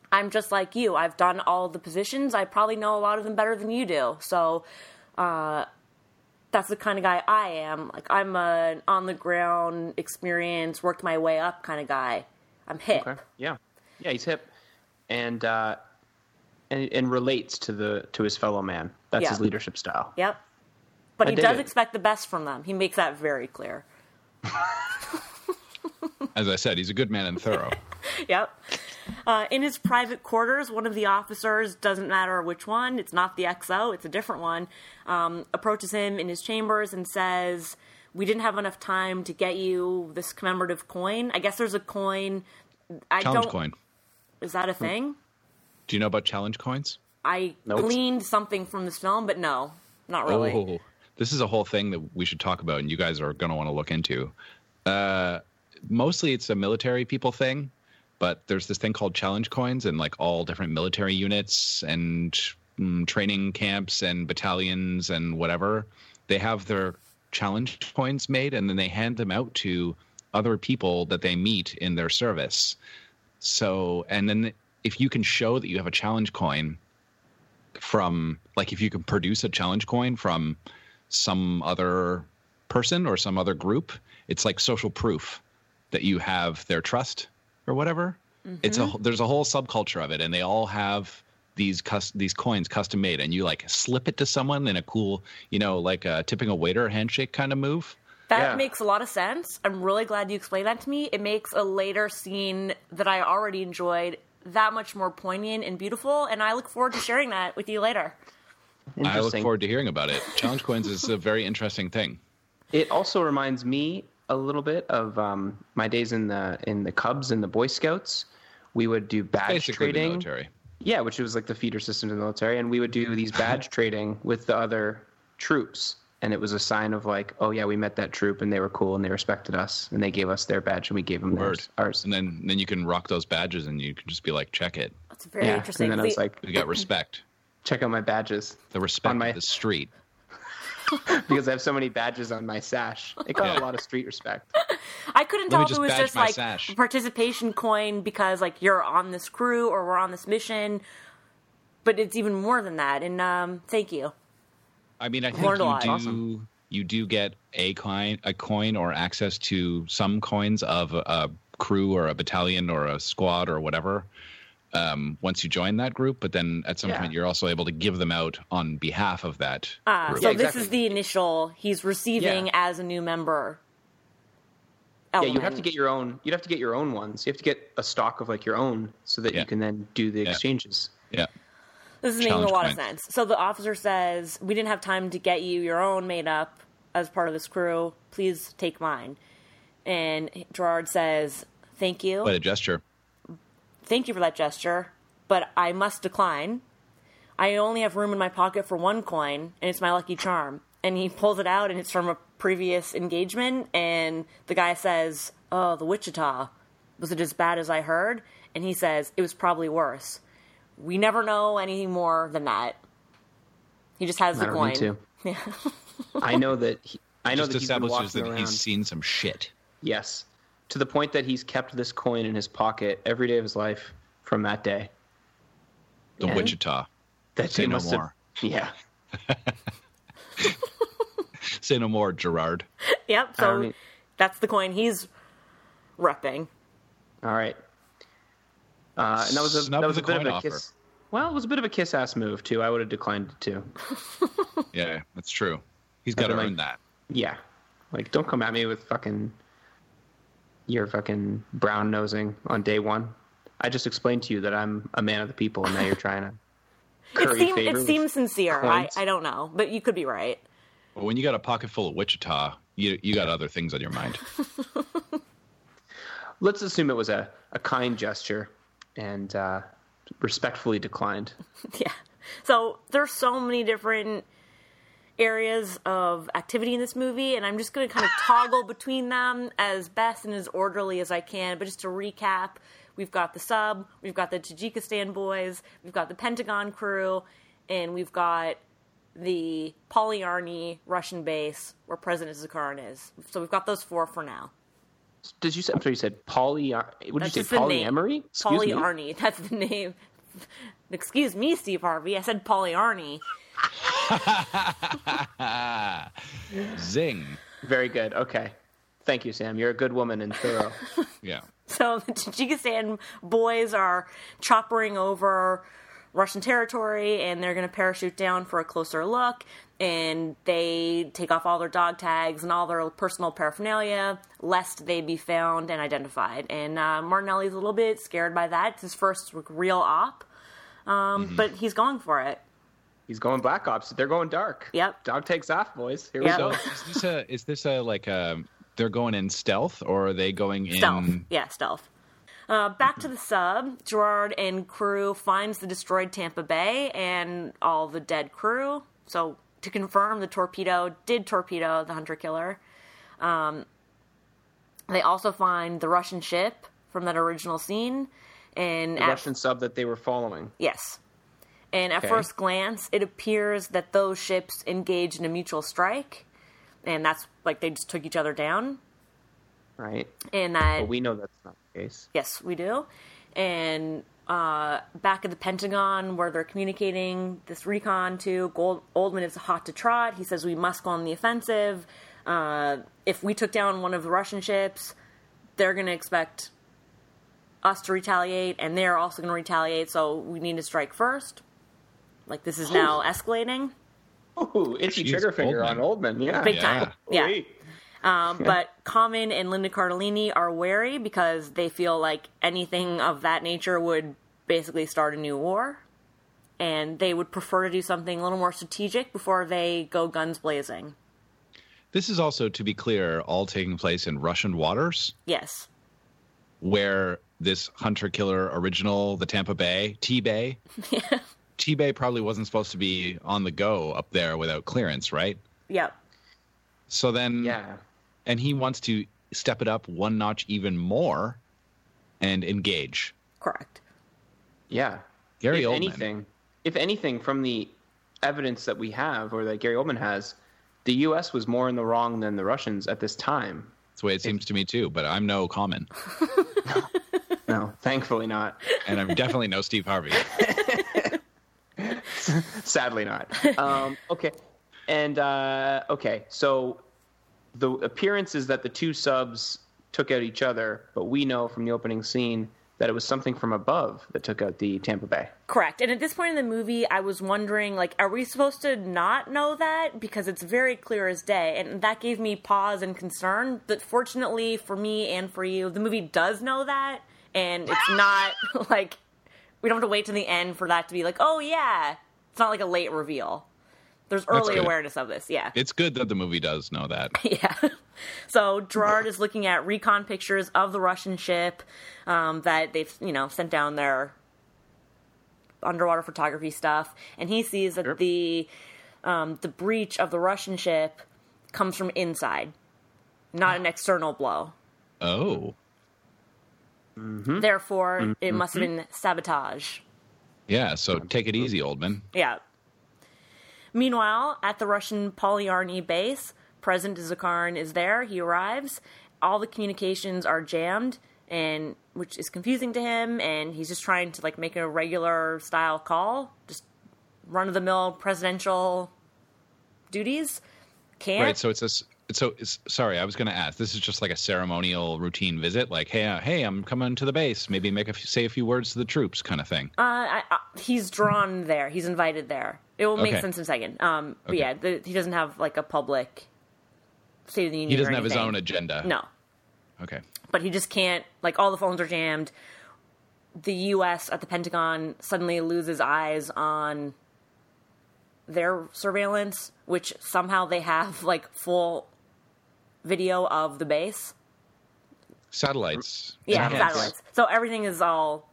Speaker 1: I'm just like you. I've done all the positions. I probably know a lot of them better than you do. So, uh, that's the kind of guy I am. Like I'm an on the ground experience, worked my way up kind of guy. I'm hip.
Speaker 3: Okay. Yeah, yeah, he's hip, and uh, and and relates to the to his fellow man. That's
Speaker 1: Yeah.
Speaker 3: his leadership style.
Speaker 1: Yep. But
Speaker 3: I
Speaker 1: he
Speaker 3: dig
Speaker 1: does
Speaker 3: it.
Speaker 1: expect the best from them. He makes that very clear.
Speaker 2: As I said, he's a good man and thorough.
Speaker 1: Yep. Uh, in his private quarters, one of the officers, doesn't matter which one, it's not the XO, it's a different one, um, approaches him in his chambers and says, We didn't have enough time to get you this commemorative coin. I guess there's a coin. I
Speaker 2: Challenge
Speaker 1: don't.
Speaker 2: coin. Hmm.
Speaker 1: Is that a thing?
Speaker 2: Do you know about challenge coins?
Speaker 1: I
Speaker 3: Nope.
Speaker 1: gleaned something from this film, but no, not really.
Speaker 2: Oh, this is a whole thing that we should talk about, and you guys are going to want to look into. Uh, mostly, it's a military people thing, but there's this thing called challenge coins, and like all different military units and mm, training camps and battalions and whatever, they have their challenge coins made, and then they hand them out to other people that they meet in their service. So, and then if you can show that you have a challenge coin, from like if you can produce a challenge coin from some other person or some other group it's like social proof that you have their trust or whatever it's
Speaker 3: Mm-hmm.
Speaker 2: a there's a whole subculture of it and they all have these cus- these coins custom made and you like slip it to someone in a cool you know like a tipping a waiter handshake kind of move
Speaker 1: That
Speaker 3: Yeah.
Speaker 1: makes a lot of sense. I'm really glad you explained that to me. It makes a later scene that I already enjoyed that much more poignant and beautiful, and I look forward to sharing that with you later.
Speaker 2: i look
Speaker 3: Interesting.
Speaker 2: forward to hearing about it challenge coins is a very interesting thing
Speaker 3: It also reminds me a little bit of um, my days in the in the Cubs and the Boy Scouts. We would do badge
Speaker 2: basically the
Speaker 3: trading.
Speaker 2: military
Speaker 3: Yeah, which was like the feeder system to the military, and we would do these badge trading with the other troops, and it was a sign of like, oh yeah, we met that troop, and they were cool, and they respected us, and they gave us their badge, and we gave them
Speaker 2: Word.
Speaker 3: theirs, ours.
Speaker 2: and then then you can rock those badges and you can just be like check it
Speaker 1: That's very
Speaker 3: yeah,
Speaker 1: interesting.
Speaker 3: and then I
Speaker 1: The-
Speaker 3: was like,
Speaker 2: we got respect
Speaker 3: check out my badges
Speaker 2: the respect
Speaker 3: On my-
Speaker 2: of the street.
Speaker 3: because I have so many badges on my sash. It got
Speaker 2: Yeah.
Speaker 3: a lot of street respect.
Speaker 1: I couldn't
Speaker 2: Let
Speaker 1: tell
Speaker 2: me
Speaker 1: if it
Speaker 2: just
Speaker 1: was
Speaker 2: badge
Speaker 1: just
Speaker 2: my
Speaker 1: like
Speaker 2: sash.
Speaker 1: participation coin because like you're on this crew or we're on this mission, but it's even more than that. And um, thank you.
Speaker 2: I mean, I think
Speaker 1: Learned a
Speaker 2: you
Speaker 1: lot.
Speaker 2: do
Speaker 3: Awesome.
Speaker 2: you do get a coin, a coin, or access to some coins of a, a crew or a battalion or a squad or whatever. Um, once you join that group, but then at some
Speaker 3: Yeah.
Speaker 2: point you're also able to give them out on behalf of that
Speaker 1: Uh,
Speaker 2: group.
Speaker 1: so
Speaker 3: Yeah,
Speaker 1: this
Speaker 3: exactly.
Speaker 1: is the initial he's receiving
Speaker 3: Yeah.
Speaker 1: as a new member.
Speaker 3: Yeah, you have
Speaker 1: element.
Speaker 3: to get your own. You'd have to get your own ones. You have to get a stock of like your own, so that
Speaker 2: Yeah.
Speaker 3: you can then do the
Speaker 2: Yeah.
Speaker 3: exchanges.
Speaker 2: yeah,
Speaker 1: This is making a
Speaker 2: Challenge
Speaker 1: lot of
Speaker 2: coin.
Speaker 1: sense. So the officer says, "We didn't have time to get you your own made up as part of this crew. Please take mine." And Gerard says, "Thank you,
Speaker 2: but a gesture.
Speaker 1: thank you for that gesture, but I must decline. I only have room in my pocket for one coin, and it's my lucky charm." And he pulls it out, and it's from a previous engagement. And the guy says, "Oh, the Wichita, was it as bad as I heard?" And he says, "It was probably worse. We never know anything more than that." He just has the
Speaker 3: I don't
Speaker 1: coin.
Speaker 3: need to. I know that. He, I know
Speaker 2: Just
Speaker 3: that he's been
Speaker 2: establishes
Speaker 3: walking
Speaker 2: that
Speaker 3: around.
Speaker 2: he's seen some shit.
Speaker 3: Yes, to the point that he's kept this coin in his pocket every day of his life from that day.
Speaker 2: The
Speaker 3: Yeah.
Speaker 2: Wichita.
Speaker 3: That
Speaker 2: Say
Speaker 3: dude
Speaker 2: no
Speaker 3: must have-
Speaker 2: more.
Speaker 3: Yeah.
Speaker 2: Say no more, Gerard.
Speaker 1: Yep. So
Speaker 3: I mean-
Speaker 1: that's the coin he's repping.
Speaker 3: All right. Uh, and that was a
Speaker 2: Snub
Speaker 3: that was a
Speaker 2: the
Speaker 3: bit of
Speaker 2: coin
Speaker 3: a
Speaker 2: offer.
Speaker 3: kiss. Well, it was a bit of a kiss ass move too. I would have declined it too.
Speaker 2: Yeah, that's true. He's got to
Speaker 3: Never mind.
Speaker 2: earn that.
Speaker 3: Yeah. Like, don't come at me with fucking your fucking brown nosing on day one. I just explained to you that I'm a man of the people, and now you're trying to curry
Speaker 1: It seemed
Speaker 3: favor.
Speaker 1: it
Speaker 3: with-
Speaker 1: seems sincere. I,
Speaker 3: coins.
Speaker 1: I don't know, but you could be right.
Speaker 2: But when you got a pocket full of Wichita, you you got other things on your mind.
Speaker 3: Let's assume it was a, a kind gesture, and uh, respectfully declined.
Speaker 1: Yeah. So there's so many different areas of activity in this movie, and I'm just going to kind of toggle between them as best and as orderly as I can. But just to recap, we've got the sub, we've got the Tajikistan boys, we've got the Pentagon crew, and we've got the Polyarny Russian base where President Zakarin is. So we've got those four for now.
Speaker 3: Did you say? I'm sorry, you said poly. uh, What did
Speaker 1: That's
Speaker 3: you
Speaker 1: just
Speaker 3: say?
Speaker 1: the name.
Speaker 3: Polyamory? Excuse me.
Speaker 1: Polyarny. That's the name. Excuse me, Steve Harvey. I said Polyarny.
Speaker 2: Zing.
Speaker 3: Very good. Okay. Thank you, Sam. You're a good woman and thorough.
Speaker 2: Yeah.
Speaker 1: So the Tajikistan boys are choppering over Russian territory and they're going to parachute down for a closer look. And they take off all their dog tags and all their personal paraphernalia, lest they be found and identified. And uh, Martinelli's a little bit scared by that. It's his first real op, um, but he's going for it.
Speaker 3: He's going black ops. They're going dark.
Speaker 1: Yep.
Speaker 3: Dog takes off, boys. Here
Speaker 1: Yep.
Speaker 3: we
Speaker 2: So
Speaker 3: go.
Speaker 2: is this a is this a like a they're going in stealth or are they going in
Speaker 1: Stealth. Yeah, stealth. Uh, back to the sub. Gerard and crew finds the destroyed Tampa Bay and all the dead crew. So to confirm, the torpedo did torpedo the hunter killer. Um, they also find the Russian ship from that original scene, and
Speaker 3: The
Speaker 1: at-
Speaker 3: Russian sub that they were following.
Speaker 1: Yes. And at
Speaker 3: Okay.
Speaker 1: first glance, it appears that those ships engaged in a mutual strike, and that's like they just took each other down.
Speaker 3: Right.
Speaker 1: And that
Speaker 3: But we know that's not the case.
Speaker 1: Yes, we do. And uh, back at the Pentagon, where they're communicating this recon to Gold- Oldman is hot to trot. He says we must go on the offensive. Uh, if we took down one of the Russian ships, they're going to expect us to retaliate, and they're also going to retaliate. So we need to strike first. Like this is now escalating
Speaker 3: Oh, itchy
Speaker 2: Jeez,
Speaker 3: trigger finger
Speaker 2: Oldman.
Speaker 3: on Oldman. Oh, Yeah.
Speaker 1: big
Speaker 2: Yeah.
Speaker 1: time. Yeah.
Speaker 3: Wait.
Speaker 1: Um, but Common and Linda Cardellini are wary because they feel like anything of that nature would basically start a new war, and they would prefer to do something a little more strategic before they go guns blazing.
Speaker 2: This is also to be clear all taking place in Russian waters
Speaker 1: Yes,
Speaker 2: where this hunter killer original the Tampa Bay T Bay T Bay probably wasn't supposed to be on the go up there without clearance, right?
Speaker 1: yep,
Speaker 2: So then
Speaker 3: Yeah.
Speaker 2: and he wants to step it up one notch even more and engage.
Speaker 1: correct.
Speaker 3: Yeah.
Speaker 2: Gary
Speaker 3: if
Speaker 2: Oldman.
Speaker 3: anything, if anything, from the evidence that we have or that Gary Oldman has, the U.S. was more in the wrong than the Russians at this time.
Speaker 2: That's the way it seems to me too, but I'm no common.
Speaker 3: No, thankfully not.
Speaker 2: And I'm definitely no Steve Harvey.
Speaker 3: Sadly not. Um, okay. And uh, okay, so the appearance is that the two subs took out each other, but we know from the opening scene that it was something from above that took out the Tampa Bay.
Speaker 1: Correct. And at this point in the movie, I was wondering, like, are we supposed to not know that? Because it's very clear as day. And that gave me pause and concern. But fortunately for me and for you, the movie does know that. And it's not like we don't have to wait to the end for that to be like, oh, yeah. It's not like a late reveal. There's early
Speaker 2: good.
Speaker 1: awareness of this. Yeah.
Speaker 2: It's good that the movie does know that.
Speaker 1: Yeah. So Gerard is looking at recon pictures of the Russian ship um, that they've, you know, sent down their underwater photography stuff, and he sees that
Speaker 3: Yep.
Speaker 1: the um, the breach of the Russian ship comes from inside, not an external blow.
Speaker 2: Oh,
Speaker 1: Therefore, it must have been sabotage.
Speaker 2: yeah. So take it easy, Oldman.
Speaker 1: Yeah. Meanwhile, at the Russian Polyarny base, President Zakarin is there. He arrives. All the communications are jammed, and which is confusing to him. And he's just trying to like make a regular style call, just run of the mill presidential duties. Can't.
Speaker 2: Right. So it's a s- so it's, sorry. I was going to ask. This is just like a ceremonial routine visit. Like, hey, uh, hey, I'm coming to the base. Maybe make a few, say a few words to the troops, kind of thing.
Speaker 1: uh, I, I, he's drawn there. He's invited there. It will make
Speaker 2: Okay.
Speaker 1: sense in a second. Um, but
Speaker 2: Okay.
Speaker 1: yeah, the, he doesn't have like a public State of the Union.
Speaker 2: he doesn't
Speaker 1: or
Speaker 2: have his
Speaker 1: anything.
Speaker 2: own agenda.
Speaker 1: No,
Speaker 2: Okay.
Speaker 1: but he just can't like all the phones are jammed the us at the pentagon suddenly loses eyes on their surveillance which somehow they have like full video of the base
Speaker 2: Satellites.
Speaker 1: yeah
Speaker 2: Enhanced.
Speaker 1: satellites so everything is all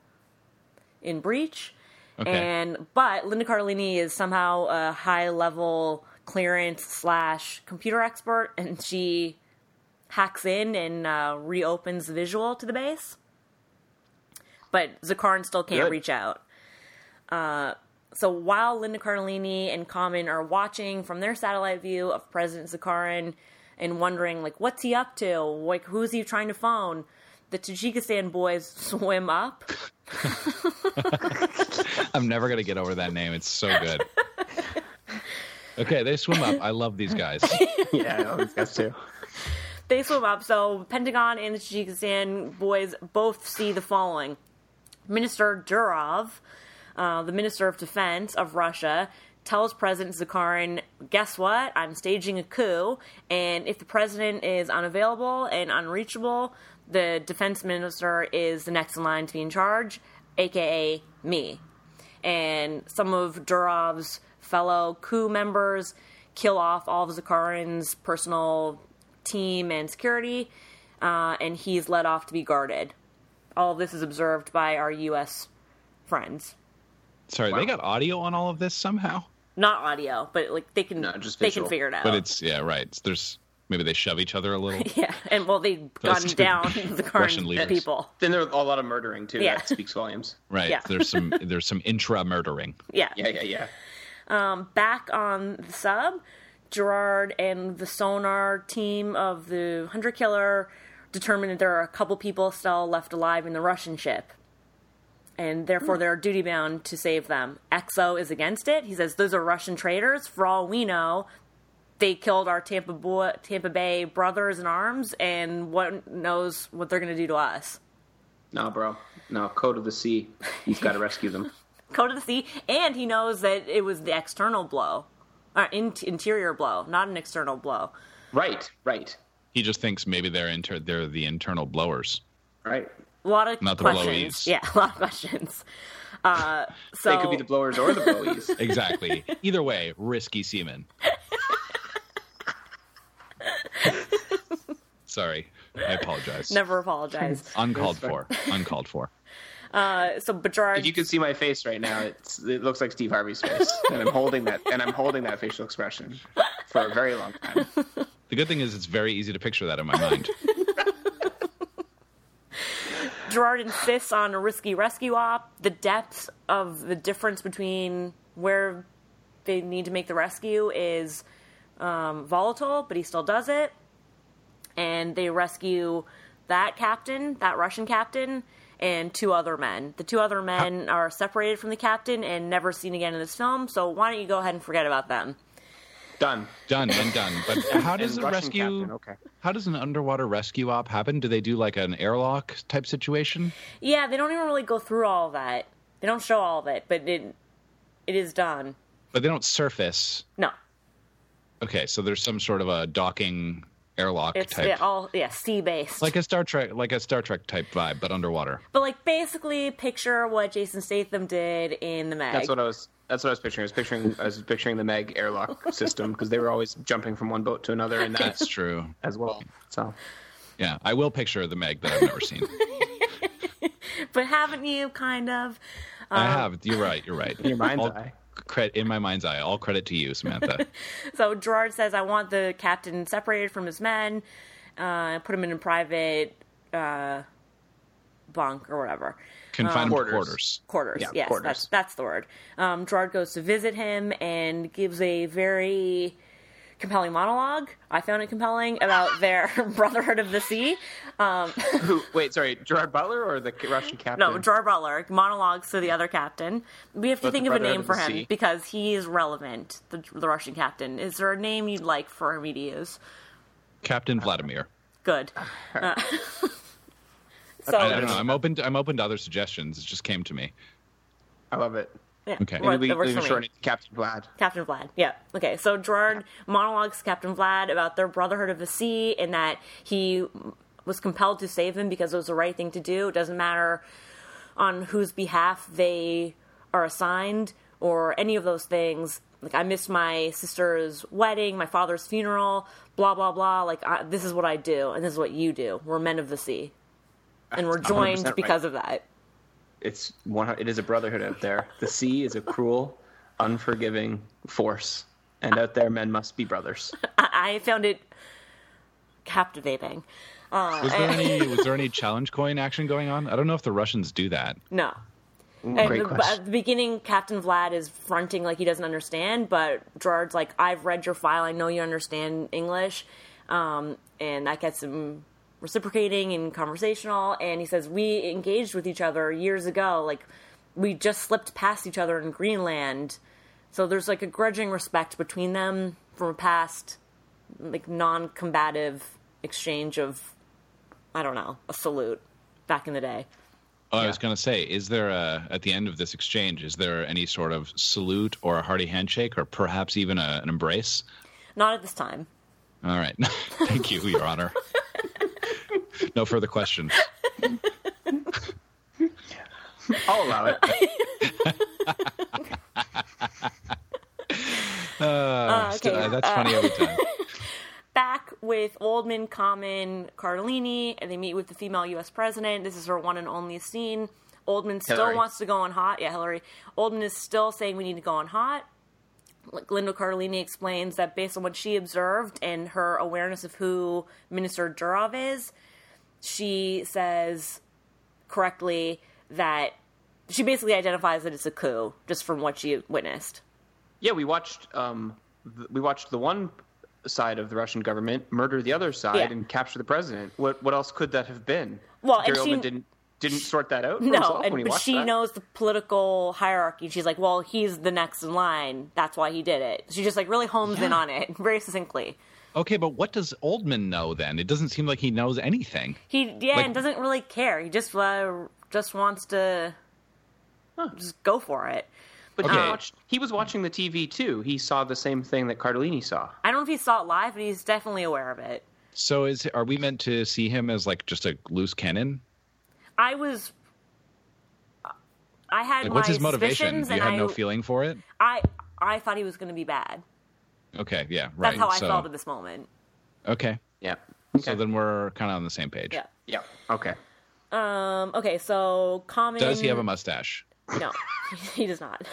Speaker 1: in breach
Speaker 2: Okay.
Speaker 1: and but linda cardellini is somehow a high level clearance slash computer expert and she hacks in and uh, reopens the visual to the base but Zakarin still can't
Speaker 3: Good.
Speaker 1: reach out uh, so while linda cardellini and common are watching from their satellite view of president Zakarin and wondering like what's he up to like who's he trying to phone the tajikistan boys swim up
Speaker 2: I'm never gonna get over that name. It's so good. okay, they swim up. I love these guys.
Speaker 3: yeah, I know these guys too.
Speaker 1: they swim up. So Pentagon and the Tajikistan boys both see the following: Minister Durov, uh, the Minister of Defense of Russia, tells President Zakharin, "Guess what? I'm staging a coup, and if the president is unavailable and unreachable, the defense minister is the next in line to be in charge, aka me." and some of Durov's fellow coup members kill off all of Zakarin's personal team and security, uh, and he's let off to be guarded. All of this is observed by our U.S. friends.
Speaker 2: Sorry, they got audio on all of this somehow.
Speaker 1: Not audio, but like they can
Speaker 3: No, just
Speaker 1: they can
Speaker 3: visual.
Speaker 1: figure it out.
Speaker 2: But it's yeah, right. It's- There's maybe they shove each other a little.
Speaker 1: yeah, and well, they've gotten
Speaker 2: two
Speaker 1: down
Speaker 2: Russian
Speaker 1: Zakarin's
Speaker 2: leaders.
Speaker 1: people.
Speaker 3: Then there are a lot of murdering too.
Speaker 1: Yeah.
Speaker 3: That speaks volumes.
Speaker 2: Right.
Speaker 1: Yeah.
Speaker 2: There's some there's some intra murdering.
Speaker 3: Yeah, yeah, yeah.
Speaker 1: back on the sub, Gerard and the sonar team of the Hunter Killer determined that there are a couple people still left alive in the Russian ship. And therefore, they're duty bound to save them. Exo is against it. He says those are Russian traitors. For all we know, they killed our Tampa, boy, Tampa Bay brothers in arms, and what knows what they're going to do to us.
Speaker 3: No, bro. No, code of the sea. You've got to rescue them.
Speaker 1: Go to the sea, and he knows that it was the external blow, or in- interior blow, not an external blow.
Speaker 3: Right, right,
Speaker 2: He just thinks maybe they're inter they're the internal blowers.
Speaker 3: right.
Speaker 1: A lot of
Speaker 2: Not the
Speaker 1: questions.
Speaker 2: blowies.
Speaker 1: yeah, a lot of questions. Uh, so
Speaker 3: They could be the blowers or the blowies.
Speaker 2: Exactly. Either way, risky semen. Sorry, I apologize.
Speaker 1: never apologize.
Speaker 2: Uncalled for. Uncalled for.
Speaker 1: Uh, so Bajard,
Speaker 3: if you could see my face right now, it's, it looks like Steve Harvey's face, and I'm holding that, and I'm holding that facial expression for a very long time.
Speaker 2: The good thing is it's very easy to picture that in my mind.
Speaker 1: Gerard insists on a risky rescue op. The depth of the difference between where they need to make the rescue is um, volatile, but he still does it. And they rescue that captain, that Russian captain, and two other men. The two other men are separated from the captain and never seen again in this film. So why don't you go ahead and forget about them?
Speaker 3: Done.
Speaker 2: Done and done. But how does
Speaker 3: And
Speaker 2: a
Speaker 3: Russian
Speaker 2: rescue?
Speaker 3: captain, okay.
Speaker 2: How does an underwater rescue op happen? Do they do like an airlock type situation?
Speaker 1: Yeah, they don't even really go through all of that. They don't show all of it, but it it is done.
Speaker 2: But they don't surface.
Speaker 1: No,
Speaker 2: Okay, so there's some sort of a docking airlock
Speaker 1: it's
Speaker 2: type,
Speaker 1: yeah, all yeah sea based.
Speaker 2: like a Star Trek, like a Star Trek type vibe, but underwater.
Speaker 1: but like basically, picture what Jason Statham did in the Meg.
Speaker 3: That's what I was. That's what I was picturing. I was picturing. I was picturing the Meg airlock system because they were always jumping from one boat to another in that
Speaker 2: That's true.
Speaker 3: as well. So
Speaker 2: Yeah, I will picture the Meg that I've never seen.
Speaker 1: but haven't you kind of?
Speaker 2: I have. You're right. You're right. In
Speaker 3: Uh-huh. your mind's eye.
Speaker 2: Credit in my mind's eye. All credit to you, Samantha.
Speaker 1: So Gerard says, "I want the captain separated from his men, uh, put him in a private uh, bunk or whatever."
Speaker 2: Confined
Speaker 3: Quarters.
Speaker 2: quarters. quarters.
Speaker 1: quarters.
Speaker 3: Yeah,
Speaker 1: yes,
Speaker 3: quarters.
Speaker 1: that's that's the word. Um, Gerard goes to visit him and gives a very compelling monologue. I found it compelling about their Brotherhood of the Sea. Um,
Speaker 3: Who, wait, sorry, Gerard Butler or the Russian captain?
Speaker 1: no, Gerard Butler monologues to the other captain. We have to
Speaker 3: But the
Speaker 1: think of a
Speaker 3: Brotherhood
Speaker 1: name
Speaker 3: of
Speaker 1: for
Speaker 3: the
Speaker 1: him
Speaker 3: Sea.
Speaker 1: because he is relevant. The, the Russian captain. Is there a name you'd like for him to use?
Speaker 3: Uh-huh.
Speaker 2: Captain Vladimir.
Speaker 1: Good. Uh, so
Speaker 3: Oh,
Speaker 2: I, I don't know. I'm open. To, I'm open to other suggestions. It just came to me.
Speaker 3: I love it.
Speaker 1: yeah,
Speaker 2: Okay.
Speaker 1: well,
Speaker 3: Maybe
Speaker 1: that
Speaker 3: we
Speaker 1: works
Speaker 3: even
Speaker 1: for me.
Speaker 3: shorten it to Captain Vlad.
Speaker 1: Captain Vlad. Yeah. Okay. So Gerard monologues Captain Vlad about their brotherhood of the sea and that he was compelled to save them because it was the right thing to do. It doesn't matter on whose behalf they are assigned or any of those things. Like I missed my sister's wedding, my father's funeral, blah blah blah. Like I, this is what I do, and this is what you do. We're men of the sea, and we're joined
Speaker 3: 100% right.
Speaker 1: because of that.
Speaker 3: It's one. It is a brotherhood out there. The sea is a cruel, unforgiving force, and out there, men must be brothers.
Speaker 1: I, I found it captivating. Uh,
Speaker 2: Was there
Speaker 3: Uh-huh.
Speaker 1: and-
Speaker 2: any? Was there any challenge coin action going on? I don't know if the Russians do that.
Speaker 1: No. And
Speaker 3: Mm, great
Speaker 1: the-
Speaker 3: question.
Speaker 1: at the beginning, Captain Vlad is fronting like he doesn't understand, but Gerard's like, "I've read your file. I know you understand English," um, and that gets him reciprocating and conversational. And he says, "We engaged with each other years ago. Like we just slipped past each other in Greenland." So there's like a grudging respect between them from a past, like non-combative exchange of, I don't know, a salute back in the day.
Speaker 2: Oh, I was going to say, is there a, at the end of this exchange, is there any sort of salute or a hearty handshake or perhaps even a, an embrace?
Speaker 1: Not at this time.
Speaker 2: All right. Thank you, Your Honor. no further questions.
Speaker 3: I'll allow it.
Speaker 2: Uh, still-
Speaker 1: okay.
Speaker 2: uh, that's funny every time.
Speaker 1: back with Oldman, Common, Cardellini, and they meet with the female U.S. president. This is her one and only scene. Oldman still
Speaker 3: Hillary.
Speaker 1: wants to go on hot. Yeah, Hillary. Oldman is still saying we need to go on hot. Like, Linda Cardellini explains that based on what she observed and her awareness of who Minister Durov is, she says correctly that she basically identifies that it's a coup just from what she witnessed.
Speaker 3: Yeah, we watched um, th- we watched the one side of the Russian government murder the other side
Speaker 1: Yeah.
Speaker 3: and capture the president. What what else could that have been?
Speaker 1: Well, and
Speaker 3: Gary
Speaker 1: she-
Speaker 3: Oldman didn't didn't sort that out. For
Speaker 1: No,
Speaker 3: himself when
Speaker 1: and,
Speaker 3: he
Speaker 1: but
Speaker 3: watched
Speaker 1: she
Speaker 3: that?
Speaker 1: knows the political hierarchy. She's like, well, he's the next in line. That's why he did it. She just like really homes in
Speaker 2: Yeah.
Speaker 1: on it very succinctly.
Speaker 2: Okay, but what does Oldman know then? It doesn't seem like he knows anything.
Speaker 1: He yeah,
Speaker 2: Like-
Speaker 1: and doesn't really care. He just uh, just wants to just go for it.
Speaker 3: But
Speaker 2: Okay.
Speaker 3: he watched. He was watching the TV too. He saw the same thing that Cardellini saw.
Speaker 1: I don't know if he saw it live, but he's definitely aware of it.
Speaker 2: So is are we meant to see him as like just a loose cannon?
Speaker 1: I was. I had
Speaker 2: Like
Speaker 1: my
Speaker 2: what's his motivation?
Speaker 1: suspicions,
Speaker 2: You
Speaker 1: and
Speaker 2: had
Speaker 1: I,
Speaker 2: no feeling for it?
Speaker 1: I I thought he was going to be bad.
Speaker 2: Okay, yeah, right.
Speaker 1: That's how I
Speaker 2: so,
Speaker 1: felt at this moment.
Speaker 2: Okay.
Speaker 3: Yeah.
Speaker 2: So then we're kind of on the same page.
Speaker 1: Yeah.
Speaker 3: Yeah. Okay.
Speaker 1: Um. Okay. So common.
Speaker 2: Does he have a mustache?
Speaker 1: No, he does not.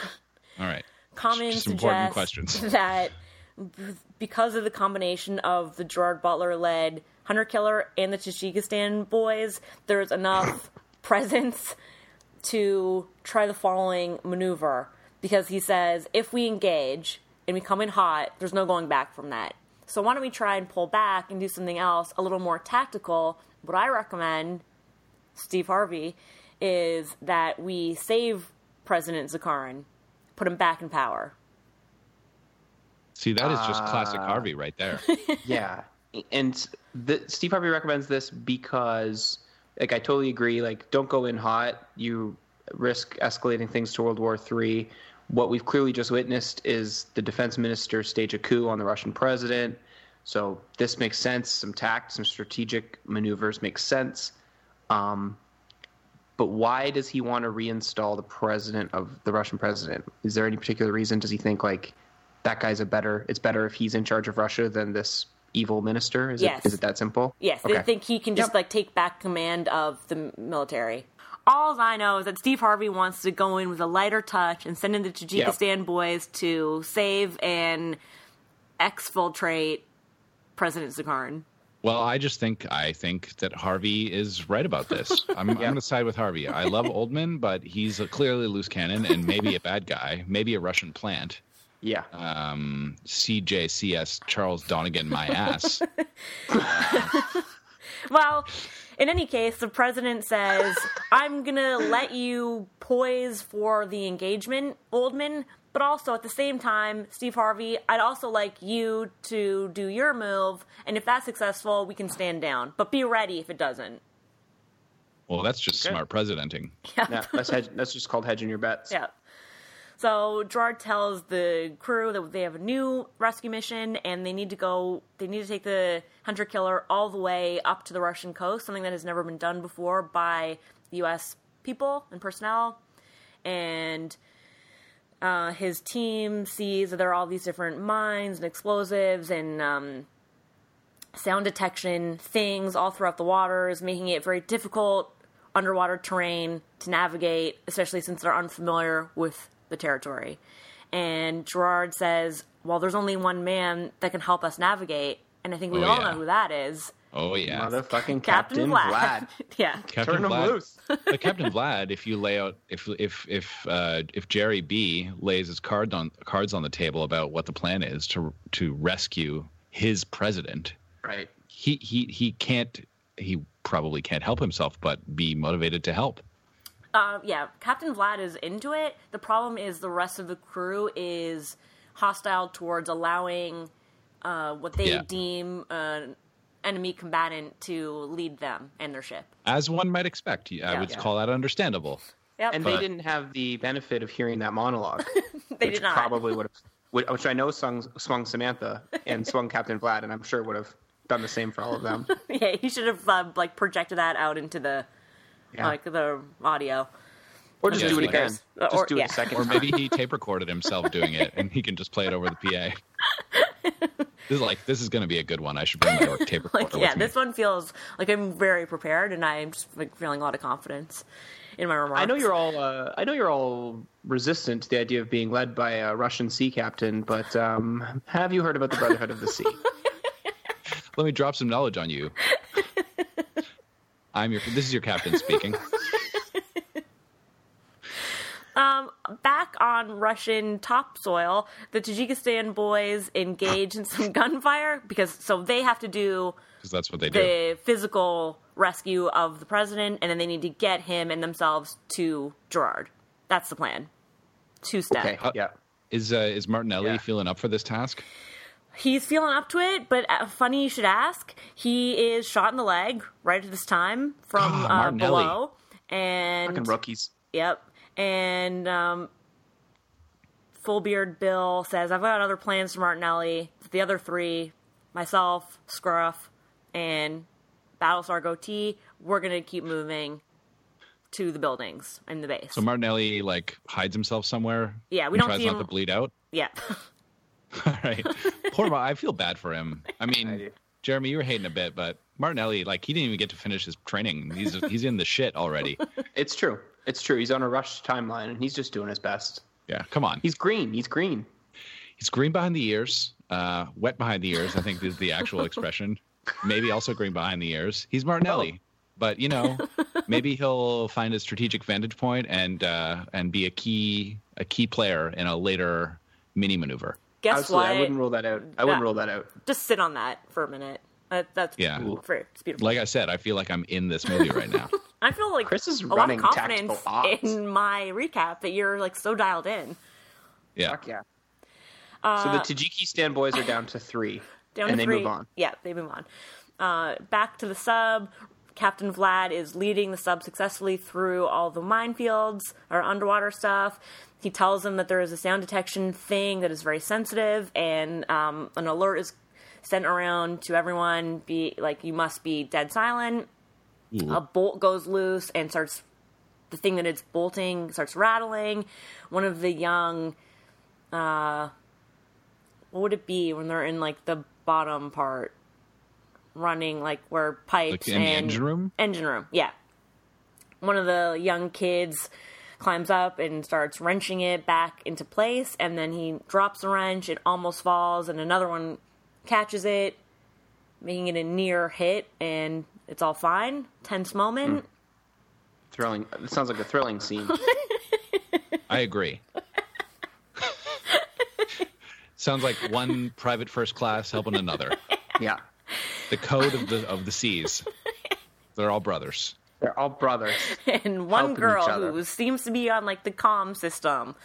Speaker 2: All right.
Speaker 1: Common
Speaker 2: Just important
Speaker 1: suggests
Speaker 2: questions.
Speaker 1: that because of the combination of the Gerard Butler led Hunter Killer and the Tajikistan boys, there's enough presence to try the following maneuver. Because he says, if we engage and we come in hot, there's no going back from that. So why don't we try and pull back and do something else a little more tactical? What I recommend Steve Harvey is that we save President Zakarin, put him back in power.
Speaker 2: See, that is just classic
Speaker 1: Uh,
Speaker 2: Harvey right there.
Speaker 3: Yeah, and the, Steve Harvey recommends this because, like, I totally agree. Like, don't go in hot. You risk escalating things to World War III. What we've clearly just witnessed is the defense minister stage a coup on the Russian president. So this makes sense. Some tact, some strategic maneuvers make sense. Um, but why does he want to reinstall the president of the Russian president? Is there any particular reason? Does he think like that guy's a better? It's better if he's in charge of Russia than this evil minister. Is
Speaker 1: Yes.
Speaker 3: it is it that simple?
Speaker 1: Yes,
Speaker 3: Okay.
Speaker 1: they think he can just
Speaker 3: Yep.
Speaker 1: like take back command of the m- military. All I know is that Steve Harvey wants to go in with a lighter touch and send in the Tajikistan boys to save and exfiltrate President Zakarin.
Speaker 2: Well, I just think I think that Harvey is right about this. I'm, I'm going to side with Harvey. I love Oldman, but he's a clearly a loose cannon and maybe a bad guy, maybe a Russian plant.
Speaker 3: Yeah.
Speaker 2: um, CJCS Charles Donegan my ass.
Speaker 1: Well, in any case, the president says, I'm going to let you poise for the engagement, Oldman, but also at the same time, Steve Harvey, I'd also like you to do your move, and if that's successful, we can stand down. But be ready if it doesn't.
Speaker 2: Well, that's just
Speaker 3: Okay.
Speaker 2: smart presidenting.
Speaker 3: No, that's hedge, that's just called hedging your bets.
Speaker 1: Yeah. So Gerard tells the crew that they have a new rescue mission and they need to go. They need to take the hunter killer all the way up to the Russian coast, something that has never been done before by the U.S. people and personnel. And uh, his team sees that there are all these different mines and explosives and um, sound detection things all throughout the waters, making it very difficult underwater terrain to navigate, especially since they're unfamiliar with the territory. And Gerard says, Well, there's only one man that can help us navigate, and I think we
Speaker 2: Oh,
Speaker 1: all
Speaker 2: yeah.
Speaker 1: know who that is
Speaker 2: Oh yeah,
Speaker 3: Motherfucking
Speaker 1: Captain,
Speaker 3: Captain,
Speaker 1: Vlad.
Speaker 3: Vlad.
Speaker 1: yeah.
Speaker 2: Captain
Speaker 3: Turn 'em
Speaker 2: Vlad-
Speaker 3: loose.
Speaker 2: but Captain Vlad, if you lay out, if if if uh, if Jerry B lays his cards on cards on the table about what the plan is to to rescue his president,
Speaker 3: Right.
Speaker 2: he he he can't he probably can't help himself but be motivated to help.
Speaker 1: Uh, yeah, Captain Vlad is into it. The problem is the rest of the crew is hostile towards allowing uh, what they
Speaker 2: Yeah.
Speaker 1: deem an enemy combatant to lead them and their ship.
Speaker 2: As one might expect, I
Speaker 1: Yeah.
Speaker 2: would
Speaker 1: Yeah.
Speaker 2: call that understandable.
Speaker 1: Yep,
Speaker 3: And they didn't have the benefit of hearing that monologue,
Speaker 1: they
Speaker 3: which
Speaker 1: did not.
Speaker 3: probably would have, which I know swung, swung Samantha and swung Captain Vlad, and I'm sure would have done the same for all of them.
Speaker 1: yeah, he should have uh, like projected that out into the
Speaker 3: Yeah.
Speaker 1: like the audio.
Speaker 3: or just
Speaker 2: Yeah,
Speaker 3: do it
Speaker 2: like-
Speaker 3: again.
Speaker 1: Uh,
Speaker 3: Just
Speaker 1: or-
Speaker 3: do it
Speaker 1: yeah.
Speaker 3: a second
Speaker 2: Or
Speaker 3: time.
Speaker 2: maybe he tape recorded himself doing it, and he can just play it over the PA. This is like this is going to be a good one. I should bring my tape recorder
Speaker 1: Like, yeah,
Speaker 2: with me.
Speaker 1: this one feels like I'm very prepared, and I'm just like feeling a lot of confidence in my remarks.
Speaker 3: I know you're all. Uh, I know you're all resistant to the idea of being led by a Russian sea captain, but um, have you heard about the Brotherhood of the Sea?
Speaker 2: Let me drop some knowledge on you. I'm your. This is your captain speaking.
Speaker 1: back on Russian topsoil, the Tajikistan boys engage in some gunfire because so they have to do
Speaker 2: because that's what they do.
Speaker 1: the physical rescue of the president, and then they need to get him and themselves to Gerard. That's the plan. Two step.
Speaker 3: Okay. Yeah.
Speaker 2: Is uh, is Martinelli
Speaker 3: Yeah.
Speaker 2: feeling up for this task?
Speaker 1: He's feeling up to it, but uh, funny you should ask. He is shot in the leg right at this time from
Speaker 2: Ah,
Speaker 1: uh,
Speaker 2: Martinelli.
Speaker 1: below, and
Speaker 3: Fucking rookies.
Speaker 1: Yep. And um, Fullbeard Bill says, I've got other plans for Martinelli. The other three, myself, Scruff, and Battlestar Goatee, we're going to keep moving to the buildings and the base.
Speaker 2: So Martinelli like hides himself somewhere.
Speaker 1: Yeah, we
Speaker 2: and
Speaker 1: don't
Speaker 2: tries
Speaker 1: see
Speaker 2: not
Speaker 1: him.
Speaker 2: to bleed out.
Speaker 1: yeah.
Speaker 2: All right, poor. Ma- I feel bad for him. I mean,
Speaker 3: do.
Speaker 2: Jeremy, you were hating a bit, but Martinelli, like, he didn't even get to finish his training. He's he's in the shit already.
Speaker 3: It's true. It's true. He's on a rushed timeline, and he's just doing his best.
Speaker 2: Yeah, come on.
Speaker 3: He's green. He's green.
Speaker 2: He's green behind the ears, uh, wet behind the ears. I think is the actual expression. Maybe also green behind the ears. He's Martinelli, but you know, maybe he'll find a strategic vantage point and uh, and be a key a key player in a later mini maneuver.
Speaker 1: Guess
Speaker 3: Absolutely. I
Speaker 1: what?
Speaker 3: wouldn't rule that out. I wouldn't
Speaker 1: That-
Speaker 3: rule that out.
Speaker 1: Just sit on that for a minute. That, that's
Speaker 2: Yeah.
Speaker 1: cool. For, it's beautiful.
Speaker 2: Like I said, I feel like I'm in this movie right now.
Speaker 1: I feel like
Speaker 3: Chris is
Speaker 1: a lot of
Speaker 3: running
Speaker 1: confidence
Speaker 3: tactical ops.
Speaker 1: in my recap that you're like so dialed in.
Speaker 2: Yeah,
Speaker 3: Fuck yeah. so the Tajikistan boys are down to three,
Speaker 1: Uh, down
Speaker 3: and
Speaker 1: to
Speaker 3: they
Speaker 1: three.
Speaker 3: move on.
Speaker 1: Yeah, they move on. Uh, back to the sub. Captain Vlad is leading the sub successfully through all the minefields or underwater stuff. He tells them that there is a sound detection thing that is very sensitive, and um, an alert is sent around to everyone. Be like, you must be dead silent. A bolt goes loose and starts. The thing that it's bolting starts rattling. One of the young uh, what would it be when they're in like the bottom part running like where pipes
Speaker 2: Like in
Speaker 1: and
Speaker 2: the engine room?
Speaker 1: engine room yeah one of the young kids climbs up and starts wrenching it back into place and then he drops the wrench it almost falls and another one catches it making it a near hit and it's all fine tense moment
Speaker 2: Hmm.
Speaker 3: Thrilling. It sounds like a thrilling scene.
Speaker 2: I agree. Sounds like one private first class helping another.
Speaker 3: Yeah.
Speaker 2: The code of the of the seas. They're all brothers.
Speaker 3: They're all brothers.
Speaker 1: and one
Speaker 3: Helping each
Speaker 1: girl
Speaker 3: other.
Speaker 1: who seems to be on like the comm system.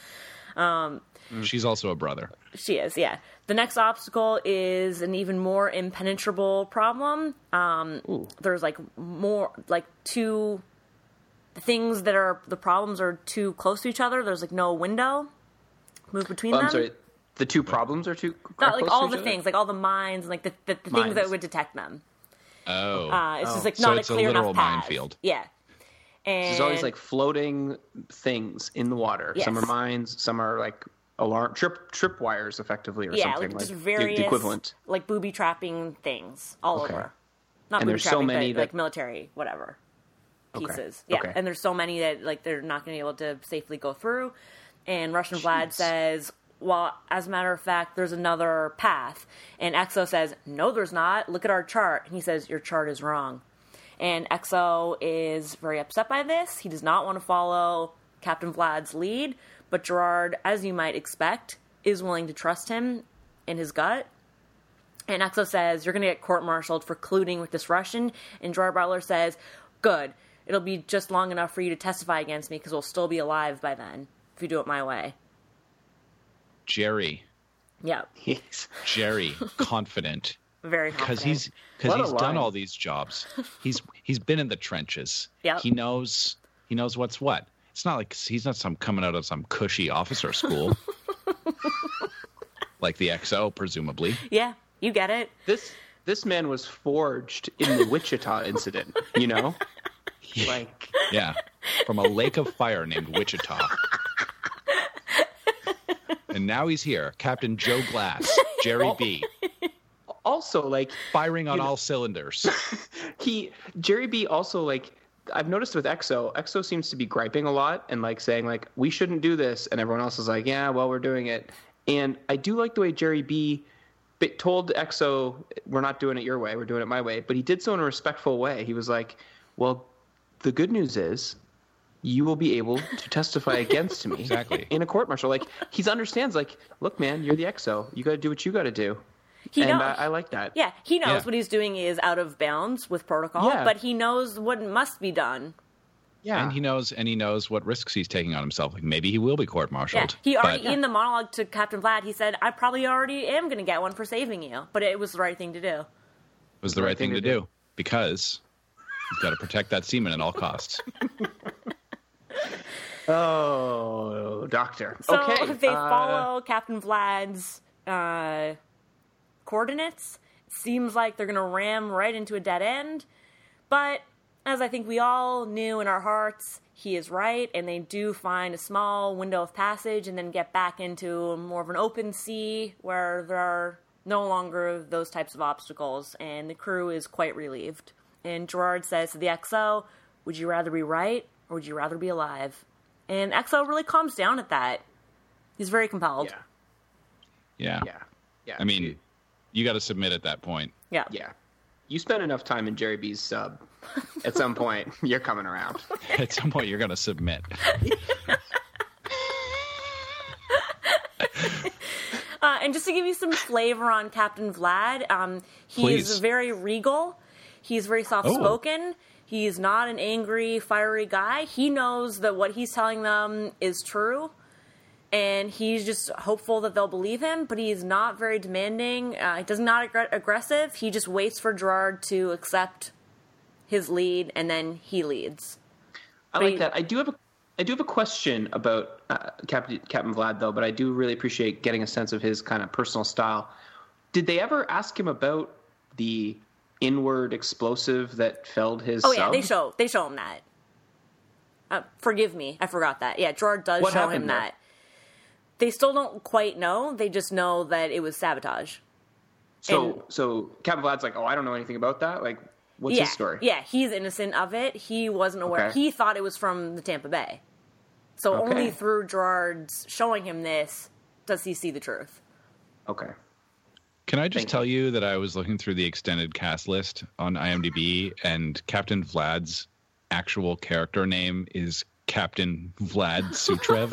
Speaker 3: Mm.
Speaker 2: She's also a brother.
Speaker 1: She is, yeah. The next obstacle is an even more impenetrable problem. Um, there's like more, like two the things that are the problems are too close to each other. There's like no window move between
Speaker 3: Well,
Speaker 1: them.
Speaker 3: Oh, I'm sorry. The two problems are too.
Speaker 1: Not like
Speaker 3: close
Speaker 1: all
Speaker 3: to
Speaker 1: the
Speaker 3: each other?
Speaker 1: things, like all the mines and like the, the, the things that
Speaker 3: Mines.
Speaker 1: would detect them.
Speaker 2: Oh.
Speaker 1: Uh, it's just like
Speaker 2: So
Speaker 1: not
Speaker 2: it's
Speaker 1: a
Speaker 2: a
Speaker 1: clear
Speaker 2: literal
Speaker 1: enough path.
Speaker 2: minefield.
Speaker 1: Yeah. And
Speaker 3: There's always like floating things in the water. Some
Speaker 1: Yes.
Speaker 3: are mines. Some are like alarm trip trip wires, effectively, or
Speaker 1: yeah,
Speaker 3: something
Speaker 1: like just
Speaker 3: the-
Speaker 1: various
Speaker 3: the equivalent.
Speaker 1: like booby trapping things all
Speaker 3: Okay.
Speaker 1: over. Not
Speaker 3: And
Speaker 1: booby
Speaker 3: there's so
Speaker 1: trapping,
Speaker 3: many
Speaker 1: but
Speaker 3: that-
Speaker 1: like military, whatever pieces. Yeah,
Speaker 3: Okay.
Speaker 1: and there's so many that like they're not going to be able to safely go through. And Russian Vlad says, "Well, as a matter of fact, there's another path." And Exo says, "No, there's not. Look at our chart." And he says, "Your chart is wrong." And Exo is very upset by this. He does not want to follow Captain Vlad's lead, but Gerard, as you might expect, is willing to trust him in his gut. And Exo says, You're going to get court martialed for colluding with this Russian. And Gerard Butler says, Good. It'll be just long enough for you to testify against me because we'll still be alive by then if you do it my way.
Speaker 2: Jerry.
Speaker 1: Yeah.
Speaker 3: Yes.
Speaker 2: Jerry. confident.
Speaker 1: Very
Speaker 2: because
Speaker 1: confident.
Speaker 2: he's because
Speaker 3: What a
Speaker 2: he's done
Speaker 3: line.
Speaker 2: all these jobs. He's he's been in the trenches.
Speaker 1: Yep.
Speaker 2: he knows he knows what's what. It's not like he's not some coming out of some cushy officer school, like the XO presumably.
Speaker 1: Yeah. You get it.
Speaker 3: This this man was forged in the Wichita incident. You know, like
Speaker 2: Yeah, from a lake of fire named Wichita. And now he's here, Captain Joe Glass, Jerry B,
Speaker 3: also like
Speaker 2: firing on all cylinders.
Speaker 3: he Jerry B also like I've noticed with EXO, EXO seems to be griping a lot and like saying like we shouldn't do this, and everyone else is like, yeah, well we're doing it. And I do like the way Jerry B bit told EXO we're not doing it your way, we're doing it my way, but he did so in a respectful way. He was like, well, the good news is you will be able to testify against me
Speaker 2: Exactly.
Speaker 3: in a court martial. Like he understands like, look man, you're the EXO, you got to do what you got to do.
Speaker 1: He
Speaker 3: and
Speaker 1: knows.
Speaker 3: I, I like that.
Speaker 1: yeah. He knows
Speaker 2: Yeah.
Speaker 1: what he's doing is out of bounds with protocol,
Speaker 3: Yeah.
Speaker 1: but he knows what must be done.
Speaker 3: yeah.
Speaker 2: And he knows, and he knows what risks he's taking on himself. Like maybe he will be
Speaker 1: Yeah.
Speaker 2: court-martialed.
Speaker 1: He already,
Speaker 2: but-
Speaker 1: in the monologue to Captain Vlad, he said, I probably already am going to get one for saving you, but it was the right thing to do.
Speaker 2: was the right thing to do, because you've got to protect that semen at all costs.
Speaker 3: Oh, doctor.
Speaker 1: So
Speaker 3: okay.
Speaker 1: they
Speaker 3: uh,
Speaker 1: follow Captain Vlad's uh, coordinates. Seems like they're going to ram right into a dead end. But as I think we all knew in our hearts, he is right, and they do find a small window of passage and then get back into more of an open sea where there are no longer those types of obstacles, and the crew is quite relieved. And Gerard says to the XO, Would you rather be right or would you rather be alive? And XO really calms down at that. He's very compelled.
Speaker 3: Yeah.
Speaker 2: Yeah.
Speaker 3: Yeah. Yeah.
Speaker 2: I mean, you got to submit at that point.
Speaker 1: Yeah.
Speaker 3: yeah. You spend enough time in Jerry B's sub. At some point, you're coming around.
Speaker 2: At some point, you're going to submit.
Speaker 1: Uh, and just to give you some flavor on Captain Vlad, um, he is
Speaker 2: Please.
Speaker 1: very regal. He's very soft spoken. He's not an angry, fiery guy. He knows that what he's telling them is true. And he's just hopeful that they'll believe him, but he's not very demanding. Uh, he does not aggr- aggressive. He just waits for Gerard to accept his lead, and then he leads.
Speaker 3: I
Speaker 1: you-
Speaker 3: like that. I do have a I do have a question about uh, Captain Captain Vlad though, but I do really appreciate getting a sense of his kind of personal style. Did they ever ask him about the inward explosive that felled his?
Speaker 1: Oh yeah,
Speaker 3: sub?
Speaker 1: they show they show him that. Uh, forgive me, I forgot that. Yeah, Gerard does
Speaker 3: What
Speaker 1: show
Speaker 3: happened
Speaker 1: him
Speaker 3: there?
Speaker 1: that. They still don't quite know. They just know that it was sabotage.
Speaker 3: So
Speaker 1: and-
Speaker 3: so Captain Vlad's like, oh, I don't know anything about that. Like, what's
Speaker 1: yeah,
Speaker 3: his story?
Speaker 1: yeah, he's innocent of it. He wasn't aware.
Speaker 3: Okay.
Speaker 1: He thought it was from the Tampa Bay. So
Speaker 3: Okay.
Speaker 1: only through Gerard's showing him this does he see the truth.
Speaker 3: Okay.
Speaker 2: Can I just
Speaker 3: Thank
Speaker 2: tell you that I was looking through the extended cast list on IMDb, and Captain Vlad's actual character name is Captain Vlad Sutrev.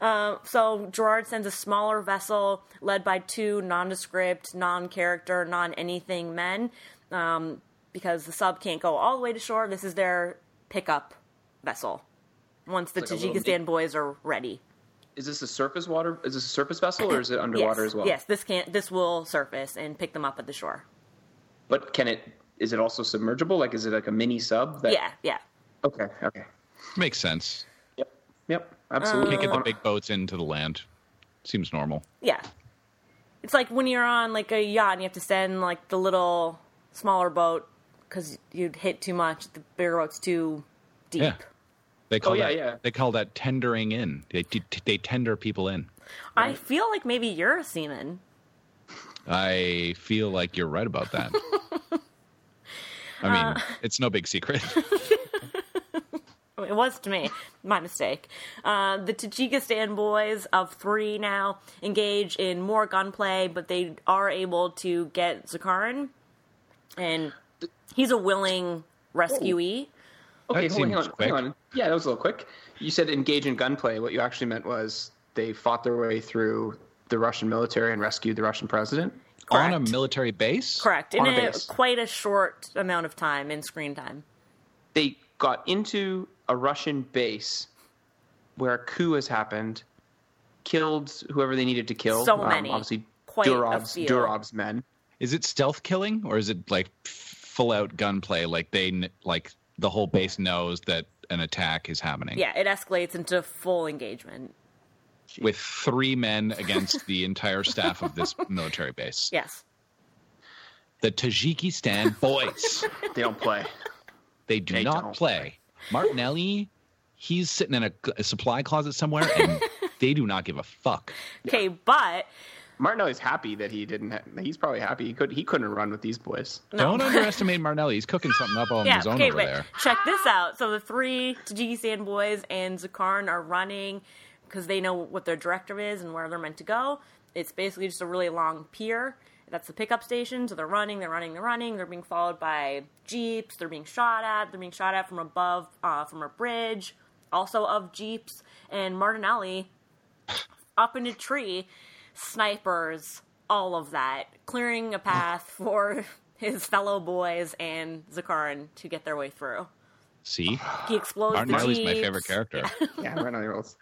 Speaker 1: So Gerard sends a smaller vessel led by two nondescript, non-character, non-anything men, um, because the sub can't go all the way to shore. This is their pickup vessel. Once the
Speaker 3: a little
Speaker 1: Tajikistan boys are ready,
Speaker 3: Is this a surface water? Is this a surface vessel or is it underwater
Speaker 1: yes,
Speaker 3: as well?
Speaker 1: yes, this can this will surface and pick them up at the shore.
Speaker 3: But can it? Is it also submergible? Like, is it like a mini sub? That,
Speaker 1: Yeah, yeah.
Speaker 3: Okay. Okay.
Speaker 2: Makes sense.
Speaker 3: Yep. Yep. Absolutely.
Speaker 2: Can't get the big boats into the land. Seems normal.
Speaker 1: Yeah. It's like when you're on like a yacht and you have to send like the little smaller boat because you'd hit too much. The bigger boat's too deep.
Speaker 2: Yeah. They call
Speaker 3: Oh, yeah,
Speaker 2: that
Speaker 3: yeah.
Speaker 2: they call that tendering in. They t- they tender people in.
Speaker 1: I feel like maybe you're a seaman.
Speaker 2: I feel like you're right about that. I mean,
Speaker 3: Uh,
Speaker 2: it's no big secret.
Speaker 1: It was to me. My mistake. Uh, the Tajikistan boys of three now engage in more gunplay, but they are able to get Zakarin, and he's a willing rescuee.
Speaker 3: Okay,
Speaker 2: That
Speaker 3: hold on, hang
Speaker 2: seems
Speaker 3: on,
Speaker 2: quick.
Speaker 3: hang on. Yeah, that was a little quick. You said engage in gunplay. What you actually meant was they fought their way through the Russian military and rescued the Russian president.
Speaker 2: On a
Speaker 1: Correct.
Speaker 2: military base?
Speaker 1: Correct. In
Speaker 3: On a
Speaker 1: a,
Speaker 3: base.
Speaker 1: quite a short amount of time in screen time.
Speaker 3: They got into a Russian base where a coup has happened, killed whoever they needed to kill. Um,
Speaker 1: So many.
Speaker 3: obviously,
Speaker 1: Quite a
Speaker 3: Durov's,
Speaker 1: few.
Speaker 3: Durov's men.
Speaker 2: Is it stealth killing or is it like full out gunplay? Like they kn- like the whole base knows that an attack is happening.
Speaker 1: Yeah, it escalates into full engagement.
Speaker 2: With three men against the entire staff of this military base.
Speaker 1: Yes.
Speaker 2: The Tajikistan boys.
Speaker 3: They don't play.
Speaker 2: They do
Speaker 3: They
Speaker 2: not
Speaker 3: don't.
Speaker 2: play. Martinelli, he's sitting in a, a supply closet somewhere, and they do not give a fuck.
Speaker 1: Okay, but
Speaker 3: Martinelli's happy that he didn't. Ha- he's probably happy he could. He couldn't run with these boys.
Speaker 2: Don't underestimate Martinelli. He's cooking something up on
Speaker 1: yeah,
Speaker 2: his own
Speaker 1: okay,
Speaker 2: over
Speaker 1: but
Speaker 2: there.
Speaker 1: check this out. So the three Tajikistan boys and Zakarn are running because they know what their director is and where they're meant to go. It's basically just a really long pier. That's the pickup station. So they're running, they're running, they're running. They're being followed by jeeps. They're being shot at. They're being shot at from above, uh, from a bridge, also of jeeps. And Martinelli up in a tree, snipers, all of that, clearing a path for his fellow boys and Zakarin to get their way through.
Speaker 2: See?
Speaker 1: He explodes the
Speaker 2: Martinelli's
Speaker 1: jeeps.
Speaker 2: my favorite character.
Speaker 3: Yeah, Martinelli rules.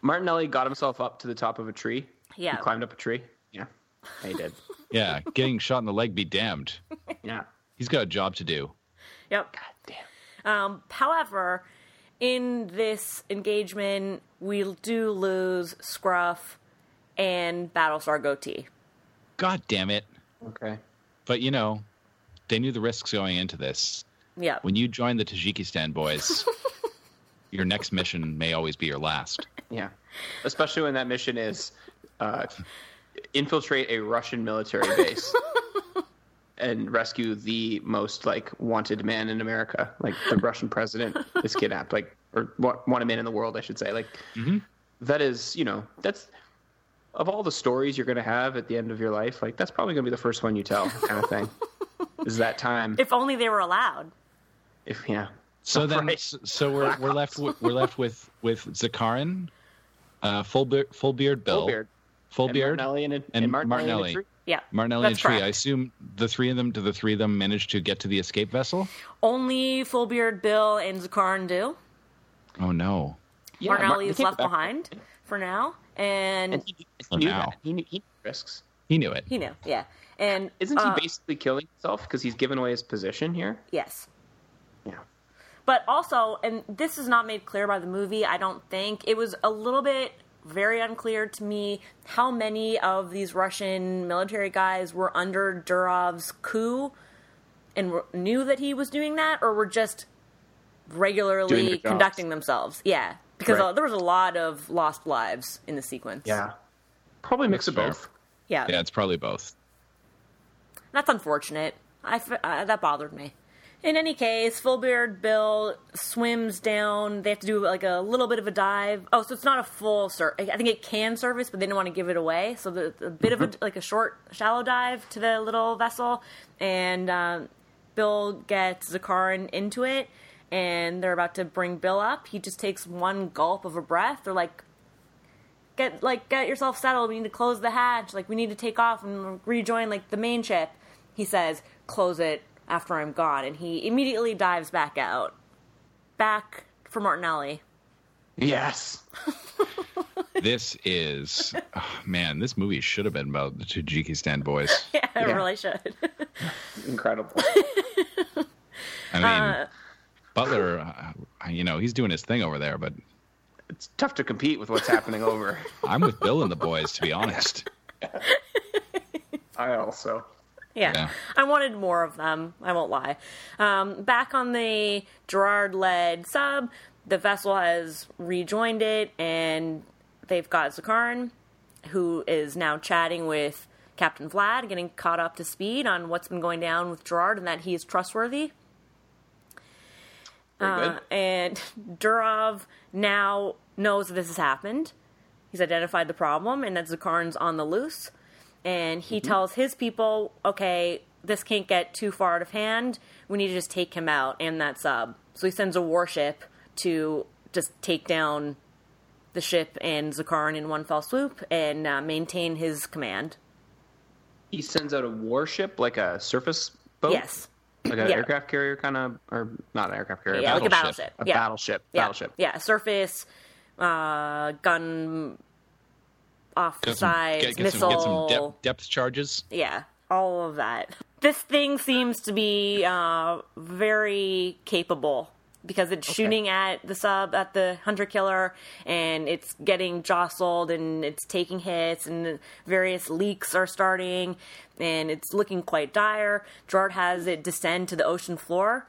Speaker 3: Martinelli got himself up to the top of a tree.
Speaker 1: Yeah.
Speaker 3: He climbed up a tree. Yeah, he did.
Speaker 2: Yeah, getting shot in the leg be damned.
Speaker 3: Yeah.
Speaker 2: He's got a job to do.
Speaker 1: Yep.
Speaker 3: Damn.
Speaker 1: Um, however, in this engagement, we do lose Scruff and Battlestar Goatee.
Speaker 2: God damn it.
Speaker 3: Okay.
Speaker 2: But you know, they knew the risks going into this.
Speaker 1: Yep.
Speaker 2: When you join the Tajikistan boys, your next mission may always be your last.
Speaker 3: Yeah. Especially when that mission is uh, infiltrate a Russian military base and rescue the most like wanted man in America, like the Russian president is kidnapped, like or wa- wanted man in the world, I should say. Like that is, you know, that's of all the stories you're going to have at the end of your life, like that's probably going to be the first one you tell, kind of thing. is that time? If,
Speaker 1: If only they were allowed.
Speaker 3: yeah.
Speaker 2: So then,
Speaker 3: Right.
Speaker 2: s- so we're we're left with, we're left with with Zakarin, uh, full beard, full beard, Bill,
Speaker 3: Beard.
Speaker 2: full
Speaker 3: And
Speaker 2: beard,
Speaker 3: Martinelli and, a-
Speaker 2: and
Speaker 3: and Martinelli. and a
Speaker 2: Martinelli.
Speaker 3: tree.
Speaker 1: Yeah.
Speaker 2: Martinelli
Speaker 1: That's
Speaker 2: and Tree. I
Speaker 1: correct.
Speaker 2: assume the three of them. Do the three of them manage to get to the escape vessel?
Speaker 1: Only Fullbeard, Bill, and Zakarin do.
Speaker 2: Oh no!
Speaker 3: Yeah, Mar-
Speaker 1: Martinelli
Speaker 3: they
Speaker 1: is
Speaker 3: came
Speaker 1: left
Speaker 3: back.
Speaker 1: behind for now, and,
Speaker 3: And he,
Speaker 2: For
Speaker 3: knew
Speaker 2: now.
Speaker 3: that. He knew, he knew risks.
Speaker 2: He knew it.
Speaker 1: you know, yeah, and
Speaker 3: Isn't
Speaker 1: uh,
Speaker 3: he basically killing himself because he's given away his position here?
Speaker 1: yes,
Speaker 3: Yeah.
Speaker 1: but also, and this is not made clear by the movie. I don't think it was a little bit very unclear to me how many of these Russian military guys were under Durov's coup and were, knew that he was doing that, or were just
Speaker 3: Doing
Speaker 1: regularly
Speaker 3: their jobs.
Speaker 1: conducting themselves. Yeah, because
Speaker 3: Right.
Speaker 1: uh, there was a lot of lost lives in the sequence.
Speaker 3: Probably a mix of
Speaker 2: That's
Speaker 3: both.
Speaker 1: yeah,
Speaker 2: Yeah, it's probably both.
Speaker 1: That's unfortunate. I f- uh, that bothered me. In any case, Fullbeard Bill swims down. They have to do like a little bit of a dive. Oh, so it's not a full sur I I think it can service, but they didn't want to give it away. So the, a bit of a like a short, shallow dive to the little vessel, and um, Bill gets Zakarin into it, and they're about to bring Bill up. He just takes one gulp of a breath. They're like, "Get like get yourself settled. We need to close the hatch. Like we need to take off and rejoin like the main ship." He says, "Close it after I'm gone," and he immediately dives back out, back for Martinelli.
Speaker 3: Yes.
Speaker 2: This is, oh, man, this movie should have been about the Tajikistan boys.
Speaker 1: Yeah, I
Speaker 3: Yeah.
Speaker 1: really should.
Speaker 3: Incredible.
Speaker 2: I mean,
Speaker 1: Uh,
Speaker 2: Butler, uh, you know, he's doing his thing over there, but
Speaker 3: it's tough to compete with what's happening over.
Speaker 2: I'm with Bill and the boys, to be honest.
Speaker 3: I also.
Speaker 1: Yeah.
Speaker 2: Yeah.
Speaker 1: I wanted more of them. I won't lie. Um, back on the Gerard led sub, the vessel has rejoined it, and they've got Zakarn, who is now chatting with Captain Vlad, getting caught up to speed on what's been going down with Gerard and that he is trustworthy.
Speaker 3: Very
Speaker 1: Uh, and Durov now knows that this has happened. He's identified the problem and that Zakarn's on the loose. And
Speaker 2: Mm-hmm.
Speaker 1: he tells his people, okay, this can't get too far out of hand. We need to just take him out and that sub. So he sends a warship to just take down the ship and Zakarn in one fell swoop and uh, maintain his command.
Speaker 3: He sends out a warship, like a surface
Speaker 2: Oh.
Speaker 3: boat?
Speaker 1: Yes.
Speaker 3: Like an
Speaker 1: Yeah.
Speaker 3: aircraft carrier, kind of, or not an aircraft carrier.
Speaker 1: Yeah, like a
Speaker 2: Battleship.
Speaker 1: battleship.
Speaker 3: a
Speaker 1: yeah.
Speaker 3: battleship.
Speaker 1: Yeah.
Speaker 3: Battleship.
Speaker 1: Yeah, surface, uh, gun off the
Speaker 2: Get some-
Speaker 1: sides,
Speaker 2: get, get some,
Speaker 1: missile.
Speaker 2: get some dep- depth charges.
Speaker 1: yeah, all of that. This thing seems to be uh, very capable because it's shooting at the sub at the hunter killer and it's getting jostled and it's taking hits and various leaks are starting and it's looking quite dire. Gerard has it descend to the ocean floor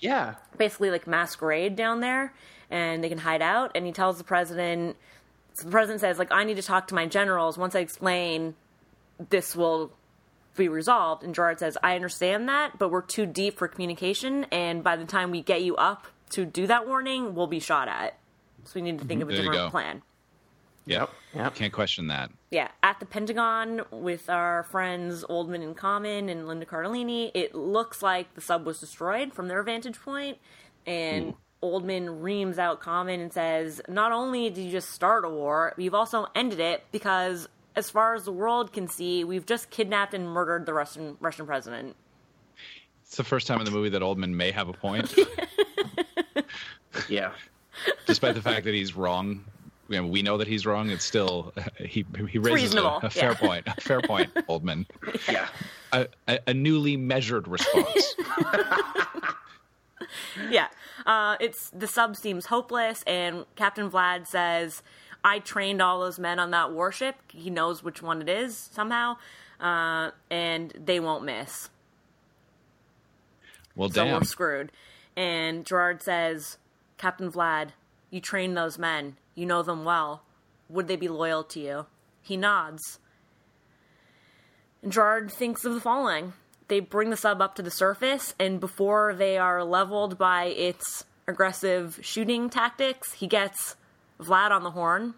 Speaker 3: Yeah.
Speaker 1: basically like masquerade down there and they can hide out and he tells the president so the president says like i need to talk to my generals once i explain this will be resolved and gerard says i understand that but we're too deep for communication and by the time we get you up to do that warning we'll be shot at so we need to think of a
Speaker 2: Mm-hmm. There you
Speaker 1: different
Speaker 2: go.
Speaker 1: plan
Speaker 2: Yep.
Speaker 3: Yep.
Speaker 2: Can't question that.
Speaker 1: yeah, at the Pentagon with our friends Oldman and Common and Linda Cardellini, it looks like the sub was destroyed from their vantage point, and Oldman reams out Common and says, "Not only did you just start a war, you've also ended it because, as far as the world can see, we've just kidnapped and murdered the Russian Russian president."
Speaker 2: It's the first time in the movie that Oldman may have a point,
Speaker 3: Yeah.
Speaker 2: despite the fact that he's wrong. I mean, we know that he's wrong. It's still he he raises a,
Speaker 1: reasonable,
Speaker 2: a fair
Speaker 1: yeah.
Speaker 2: point. A fair point, Oldman.
Speaker 3: Yeah.
Speaker 2: A, a, a newly measured response.
Speaker 1: yeah. Uh, it's the sub seems hopeless, and Captain Vlad says, "I trained all those men on that warship. He knows which one it is somehow, uh, and they won't miss.
Speaker 2: Well,
Speaker 1: So
Speaker 2: damn.
Speaker 1: we're screwed." And Gerard says, "Captain Vlad, you trained those men. You know them well. Would they be loyal to you?" He nods. And Gerard thinks of the following. They bring the sub up to the surface, and before they are leveled by its aggressive shooting tactics, he gets Vlad on the horn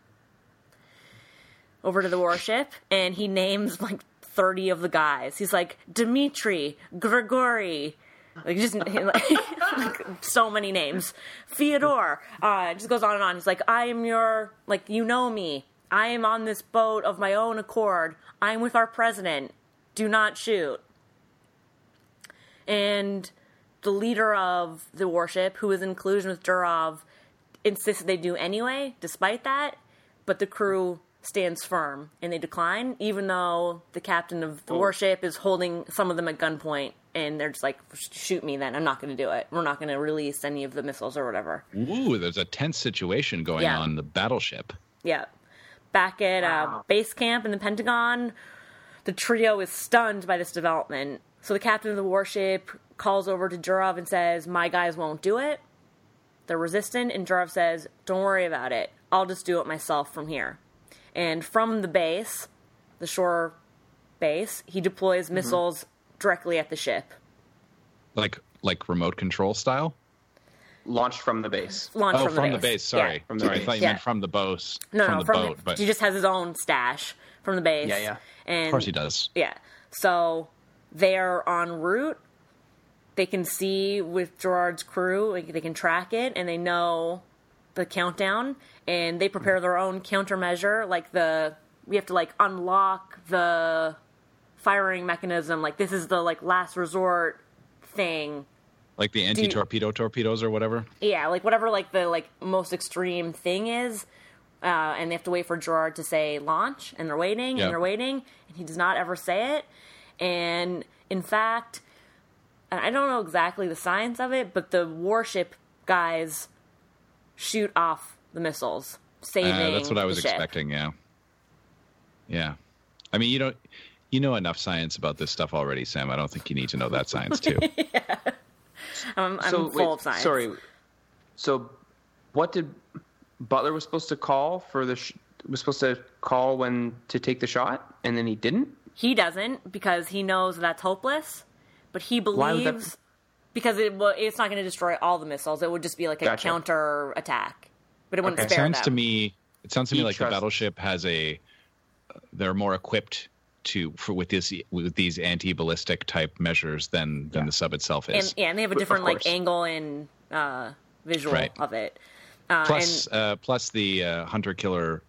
Speaker 1: over to the warship, and he names like 30 of the guys. He's like, Dmitri, Grigori, like just like, so many names. Fyodor, uh, it just goes on and on. He's like, I am your, like, you know me. I am on this boat of my own accord. I'm with our president. Do not shoot. And the leader of the warship, who is in collusion with Durov, insists they do anyway, despite that. But the crew stands firm and they decline, even though the captain of the warship is holding some of them at gunpoint. And they're just like, shoot me then. I'm not going to do it. We're not going to release any of the missiles or whatever.
Speaker 2: Ooh, there's a tense situation going
Speaker 1: Yeah.
Speaker 2: on in the battleship.
Speaker 1: Yeah. Back at uh,
Speaker 3: Wow.
Speaker 1: base camp in the Pentagon, the trio is stunned by this development. So the captain of the warship calls over to Durov and says, My guys won't do it. They're resistant. And Durov says, Don't worry about it. I'll just do it myself from here. And from the base, the shore base, he
Speaker 2: Mm-hmm.
Speaker 1: deploys missiles directly at the ship,
Speaker 2: Like like remote control style?
Speaker 3: Launched from the base.
Speaker 1: launched
Speaker 2: Oh,
Speaker 1: from, the base.
Speaker 2: Sorry,
Speaker 1: Yeah.
Speaker 3: From the
Speaker 2: sorry. I
Speaker 3: base.
Speaker 2: thought you
Speaker 1: Yeah.
Speaker 2: meant from the boat.
Speaker 1: No,
Speaker 2: from
Speaker 1: no,
Speaker 2: the
Speaker 1: from
Speaker 2: boat. but
Speaker 1: he just has his own stash from the base.
Speaker 3: Yeah, yeah.
Speaker 1: And
Speaker 2: of course he does.
Speaker 1: Yeah. So they're en route they can see with Gerard's crew, like, they can track it, and they know the countdown, and they prepare their own countermeasure, like the we have to like unlock the firing mechanism, like this is the like last resort thing.
Speaker 2: Like the anti torpedo torpedoes or whatever. Uh,
Speaker 1: Yeah, like whatever like the like most extreme thing is. Uh, and they have to wait for Gerard to say launch, and they're waiting,
Speaker 2: Yeah.
Speaker 1: and they're waiting, and he does not ever say it. And in fact, and I don't know exactly the science of it, but the warship guys shoot off the missiles, saving.
Speaker 2: Uh, that's what I
Speaker 1: the
Speaker 2: was
Speaker 1: ship.
Speaker 2: expecting. Yeah. Yeah. I mean, you don't. You know enough science about this stuff already, Sam. I don't think you need to know that science too.
Speaker 1: I'm, I'm
Speaker 3: so
Speaker 1: full
Speaker 3: wait,
Speaker 1: of science.
Speaker 3: sorry. So, what did Butler was supposed to call for the? Sh- was supposed to call when to take the shot, and then he didn't.
Speaker 1: He doesn't because he knows that's hopeless, but he
Speaker 3: Why would that-
Speaker 1: believes because it will, it's not going to destroy all the missials. It would just be like a
Speaker 3: Gotcha.
Speaker 1: counter attack, but it wouldn't
Speaker 3: Okay.
Speaker 2: It
Speaker 1: spare
Speaker 2: sounds
Speaker 1: them.
Speaker 2: to me. It sounds to me
Speaker 3: He
Speaker 2: like
Speaker 3: trusts-
Speaker 2: the battleship has a. They're more equipped to for with this with these anti ballistic type measures than than the sub itself is.
Speaker 1: and yeah, and they have a
Speaker 3: Of
Speaker 1: different like
Speaker 3: course.
Speaker 1: angle and uh, visual
Speaker 2: Right.
Speaker 1: of it. Uh,
Speaker 2: plus uh, plus the uh, hunter killer.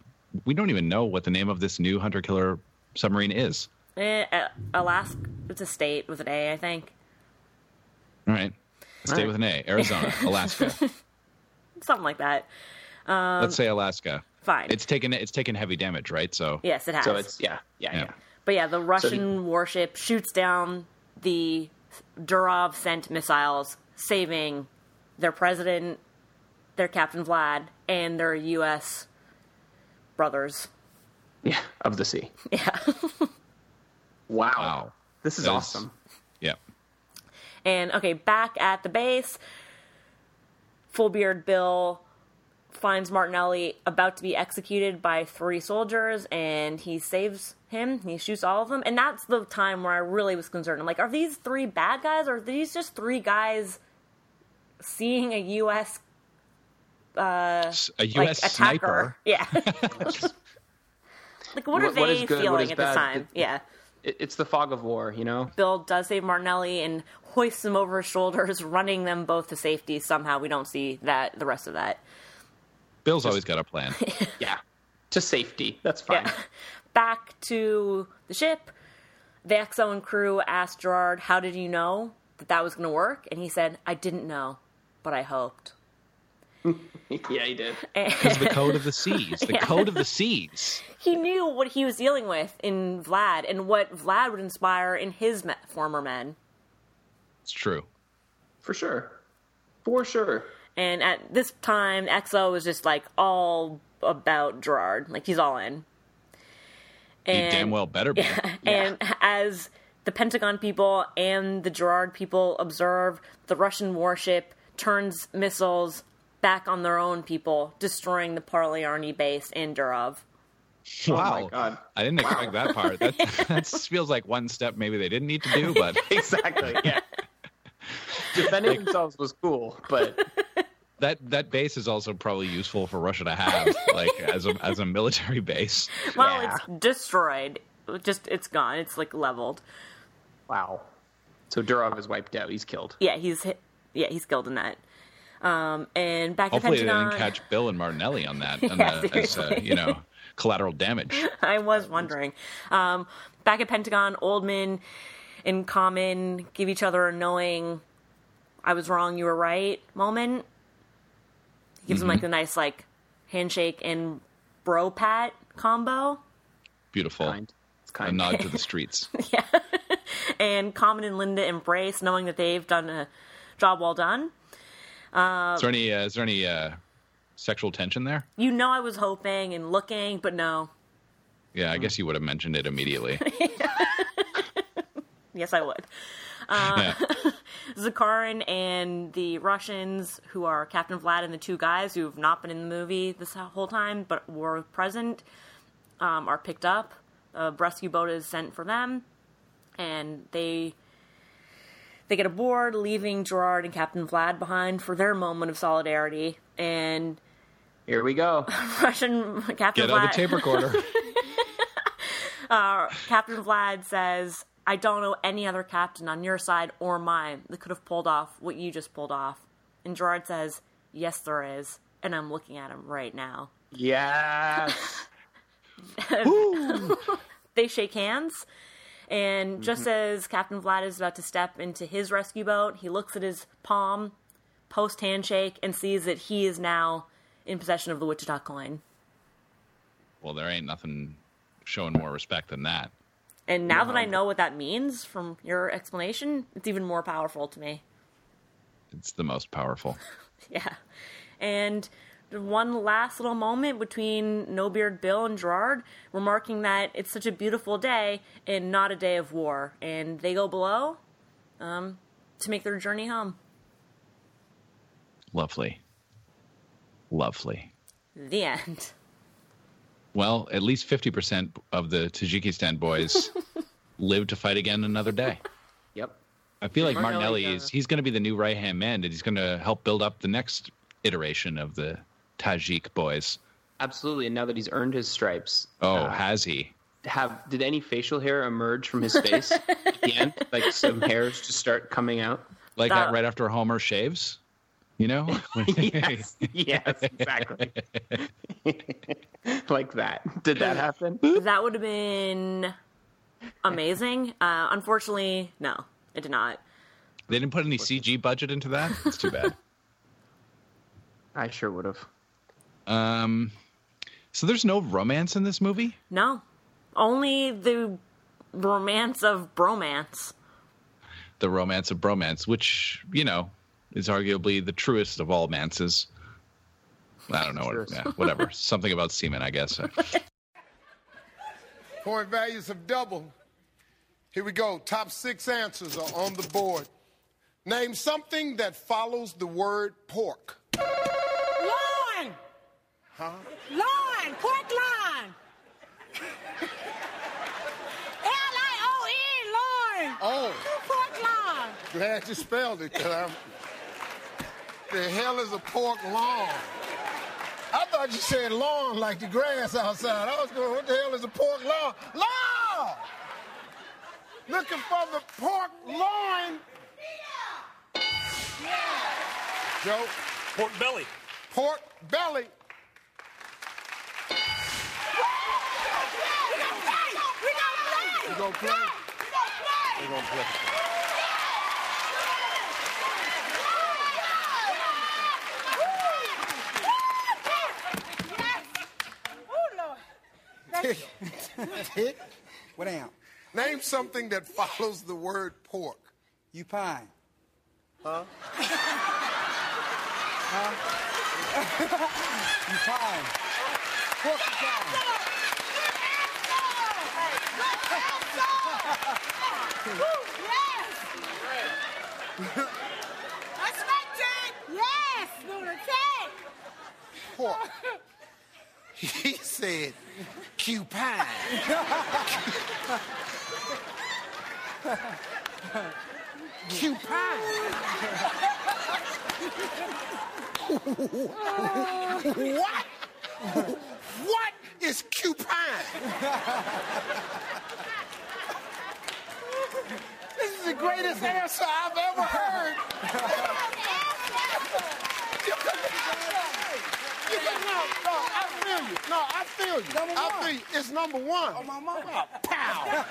Speaker 2: We don't even know what the name of this new hunter killer submarine is.
Speaker 1: and, eh, uh, Alaska, it's a state with an A, I think,
Speaker 2: All right. Stay
Speaker 3: right.
Speaker 2: with an A. Arizona, Alaska.
Speaker 1: something like that.
Speaker 2: Let's say Alaska.
Speaker 1: Fine.
Speaker 2: It's taken it's taken heavy damage, right? So
Speaker 1: yes, it has.
Speaker 3: So it's yeah, yeah, yeah.
Speaker 2: Yeah.
Speaker 1: But yeah, the Russian warship shoots down the Durov sent missiles, saving their president, their Captain Vlad, and their U.S. brothers.
Speaker 3: Yeah, of the sea.
Speaker 1: Yeah.
Speaker 3: Wow,
Speaker 2: Wow.
Speaker 3: this is
Speaker 2: That is-
Speaker 3: awesome.
Speaker 2: yeah.
Speaker 1: and okay, back at the base, Fullbeard Bill finds Martinelli about to be executed by three soldiers, and he saves him. He shoots all of them, and that's the time where I really was concerned. I'm like, are these three bad guys, or are these just three guys seeing a U.S.
Speaker 2: S- A
Speaker 1: like
Speaker 2: US
Speaker 1: attacker?
Speaker 2: sniper.
Speaker 1: Yeah. like, what are
Speaker 3: What-
Speaker 1: they
Speaker 3: what is good, what
Speaker 1: feeling
Speaker 3: is
Speaker 1: at this
Speaker 3: bad?
Speaker 1: time? Yeah.
Speaker 3: It, it's the fog of war, you know.
Speaker 1: Bill does save Martinelli and hoists him over his shoulders, running them both to safety. Somehow we don't see that the rest of that.
Speaker 2: Bill's always got a plan.
Speaker 3: Yeah, to safety. That's fine.
Speaker 1: Yeah. Back to the ship, the Exo and crew asked Gerard, "How did you know that that was going to work?" And he said, "I didn't know, but I hoped."
Speaker 3: Yeah, he did.
Speaker 2: It's the code of the seas. The code of the seas.
Speaker 1: He knew what he was dealing with in Vlad and what Vlad would inspire in his me- former men.
Speaker 2: It's true.
Speaker 3: For sure, for sure.
Speaker 1: And at this time, Exo was just like all about Gerard, like he's all in.
Speaker 2: You
Speaker 1: And
Speaker 2: damn well better be.
Speaker 1: And as the Pentagon people and the Gerard people observe, the Russian warship turns missiles back on their own people, destroying the Parliarni base in Durov.
Speaker 2: Wow.
Speaker 3: Oh my God.
Speaker 2: I didn't expect that part. That, that just feels like one step maybe they didn't need to do, but
Speaker 3: Exactly. Yeah. Defending themselves was cool, but
Speaker 2: that that base is also probably useful for Russia to have, like as a as a military base.
Speaker 1: Well,
Speaker 3: Yeah.
Speaker 1: it's destroyed. Just it's gone. It's like leveled.
Speaker 3: wow. So Durov is wiped out. He's killed.
Speaker 1: Yeah, he's hit. Yeah, he's killed in that. Um, and back at the
Speaker 2: Hopefully they
Speaker 1: Pentagon,
Speaker 2: didn't catch Bill and Martinelli on that, on
Speaker 1: Yeah,
Speaker 2: the, as uh, you know collateral damage.
Speaker 1: I was wondering. Um, back at Pentagon, Oldman and Common give each other a knowing I was wrong, you were right moment. He gives them like a nice like handshake and bro pat combo.
Speaker 2: Beautiful.
Speaker 3: Kind. It's
Speaker 2: A
Speaker 3: kind.
Speaker 2: nod to the streets.
Speaker 1: And Common and Linda embrace, knowing that they've done a job well done.
Speaker 2: Is there any uh, is there any uh, sexual tension there?
Speaker 1: You know I was hoping and looking, but no.
Speaker 2: Yeah, I guess you would have mentioned it immediately.
Speaker 1: Yes, I would.
Speaker 2: yeah.
Speaker 1: Zakarin and the Russians, who are Captain Vlad and the two guys who have not been in the movie this whole time but were present, um, are picked up. A rescue boat is sent for them, and they they get aboard, leaving Gerard and Captain Vlad behind for their moment of solidarity. And
Speaker 3: Here we go.
Speaker 1: Russian Captain
Speaker 2: Get
Speaker 1: Vlad
Speaker 2: out the tape recorder.
Speaker 1: Captain Vlad says, I don't know any other captain on your side or mine that could have pulled off what you just pulled off. And Gerard says, Yes, there is. And I'm looking at him right now.
Speaker 3: Yes.
Speaker 2: Woo!
Speaker 1: They shake hands. And just as Captain Vlad is about to step into his rescue boat, he looks at his palm post handshake and sees that he is now in possession of the Wichita coin.
Speaker 2: well, there ain't nothing showing more respect than that.
Speaker 1: And now that I know what that means from your explanation, it's even more powerful to me.
Speaker 2: It's the most powerful.
Speaker 1: Yeah. And one last little moment between No Beard Bill and Gerard, remarking that it's such a beautiful day and not a day of war. And they go below um, to make their journey home.
Speaker 2: Lovely. Lovely.
Speaker 1: The end.
Speaker 2: Well, at least 50% of the Tajikistan boys live to fight again another day.
Speaker 3: yep.
Speaker 2: I feel like
Speaker 3: Martinelli,
Speaker 2: Martinelli
Speaker 3: uh,
Speaker 2: is he's going to be the new right hand man, and he's going to help build up the next iteration of the Tajik boys.
Speaker 3: Absolutely. And now that he's earned his stripes,
Speaker 2: Oh,
Speaker 3: uh,
Speaker 2: has he?
Speaker 3: have did any facial hair emerge from his face at the end? Like some hairs just start coming out.
Speaker 2: Like that
Speaker 1: that-
Speaker 2: right after Homer shaves? You know?
Speaker 3: yes, yes, exactly. like that. Did that happen?
Speaker 1: That would have been amazing. Uh, unfortunately, no, it did not.
Speaker 2: they didn't put any CG budget into that? It's too bad.
Speaker 3: I sure would have.
Speaker 2: Um, so there's no romance in this movie?
Speaker 1: No. Only the romance of bromance.
Speaker 2: the romance of bromance, which you know is arguably the truest of all mances. I don't know what,
Speaker 3: Truest.
Speaker 2: yeah, whatever. Something about semen, I guess.
Speaker 4: Point values have doubled. Here we go. Top six answers are on the board. Name something that follows the word pork.
Speaker 5: Line. Huh? Line. Pork line. L I O N. Line.
Speaker 4: Oh.
Speaker 5: Pork line.
Speaker 4: Glad you spelled it, 'cause I'm. The hell is a pork lawn? I thought you said lawn like the grass outside. I was going, what the hell is a pork lawn? Lawn! Looking for the pork loin. Joe,
Speaker 6: Pork belly.
Speaker 4: pork belly.
Speaker 5: We
Speaker 4: You
Speaker 5: gonna play. We gonna play.
Speaker 4: gonna play?
Speaker 5: We gonna play.
Speaker 4: You gonna play?
Speaker 5: Yes. Oh Lord. That's
Speaker 7: Tick. What am?
Speaker 4: Name something that follows the word pork.
Speaker 7: You pine. Huh? huh? you pine. Pork pie.
Speaker 5: yes. That's my turn. Yes, lunatic.
Speaker 4: Pork. He said cupine. cupine. what? What is cupine? this is the greatest answer I've ever heard. You can- no, no, I feel you. No, I feel you.
Speaker 7: Number
Speaker 4: I
Speaker 7: one.
Speaker 4: feel you. It's number one.
Speaker 7: Oh, my mama.
Speaker 4: Pow.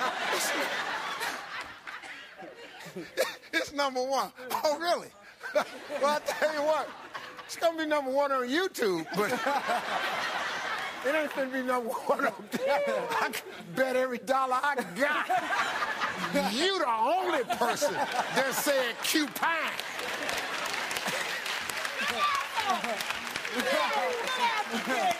Speaker 4: it's number one. Oh, really? well, I tell you what, it's gonna be number one on YouTube, but it ain't gonna be number one on there. I can bet every dollar I got. You the only person that said cupine.
Speaker 5: Get out of here.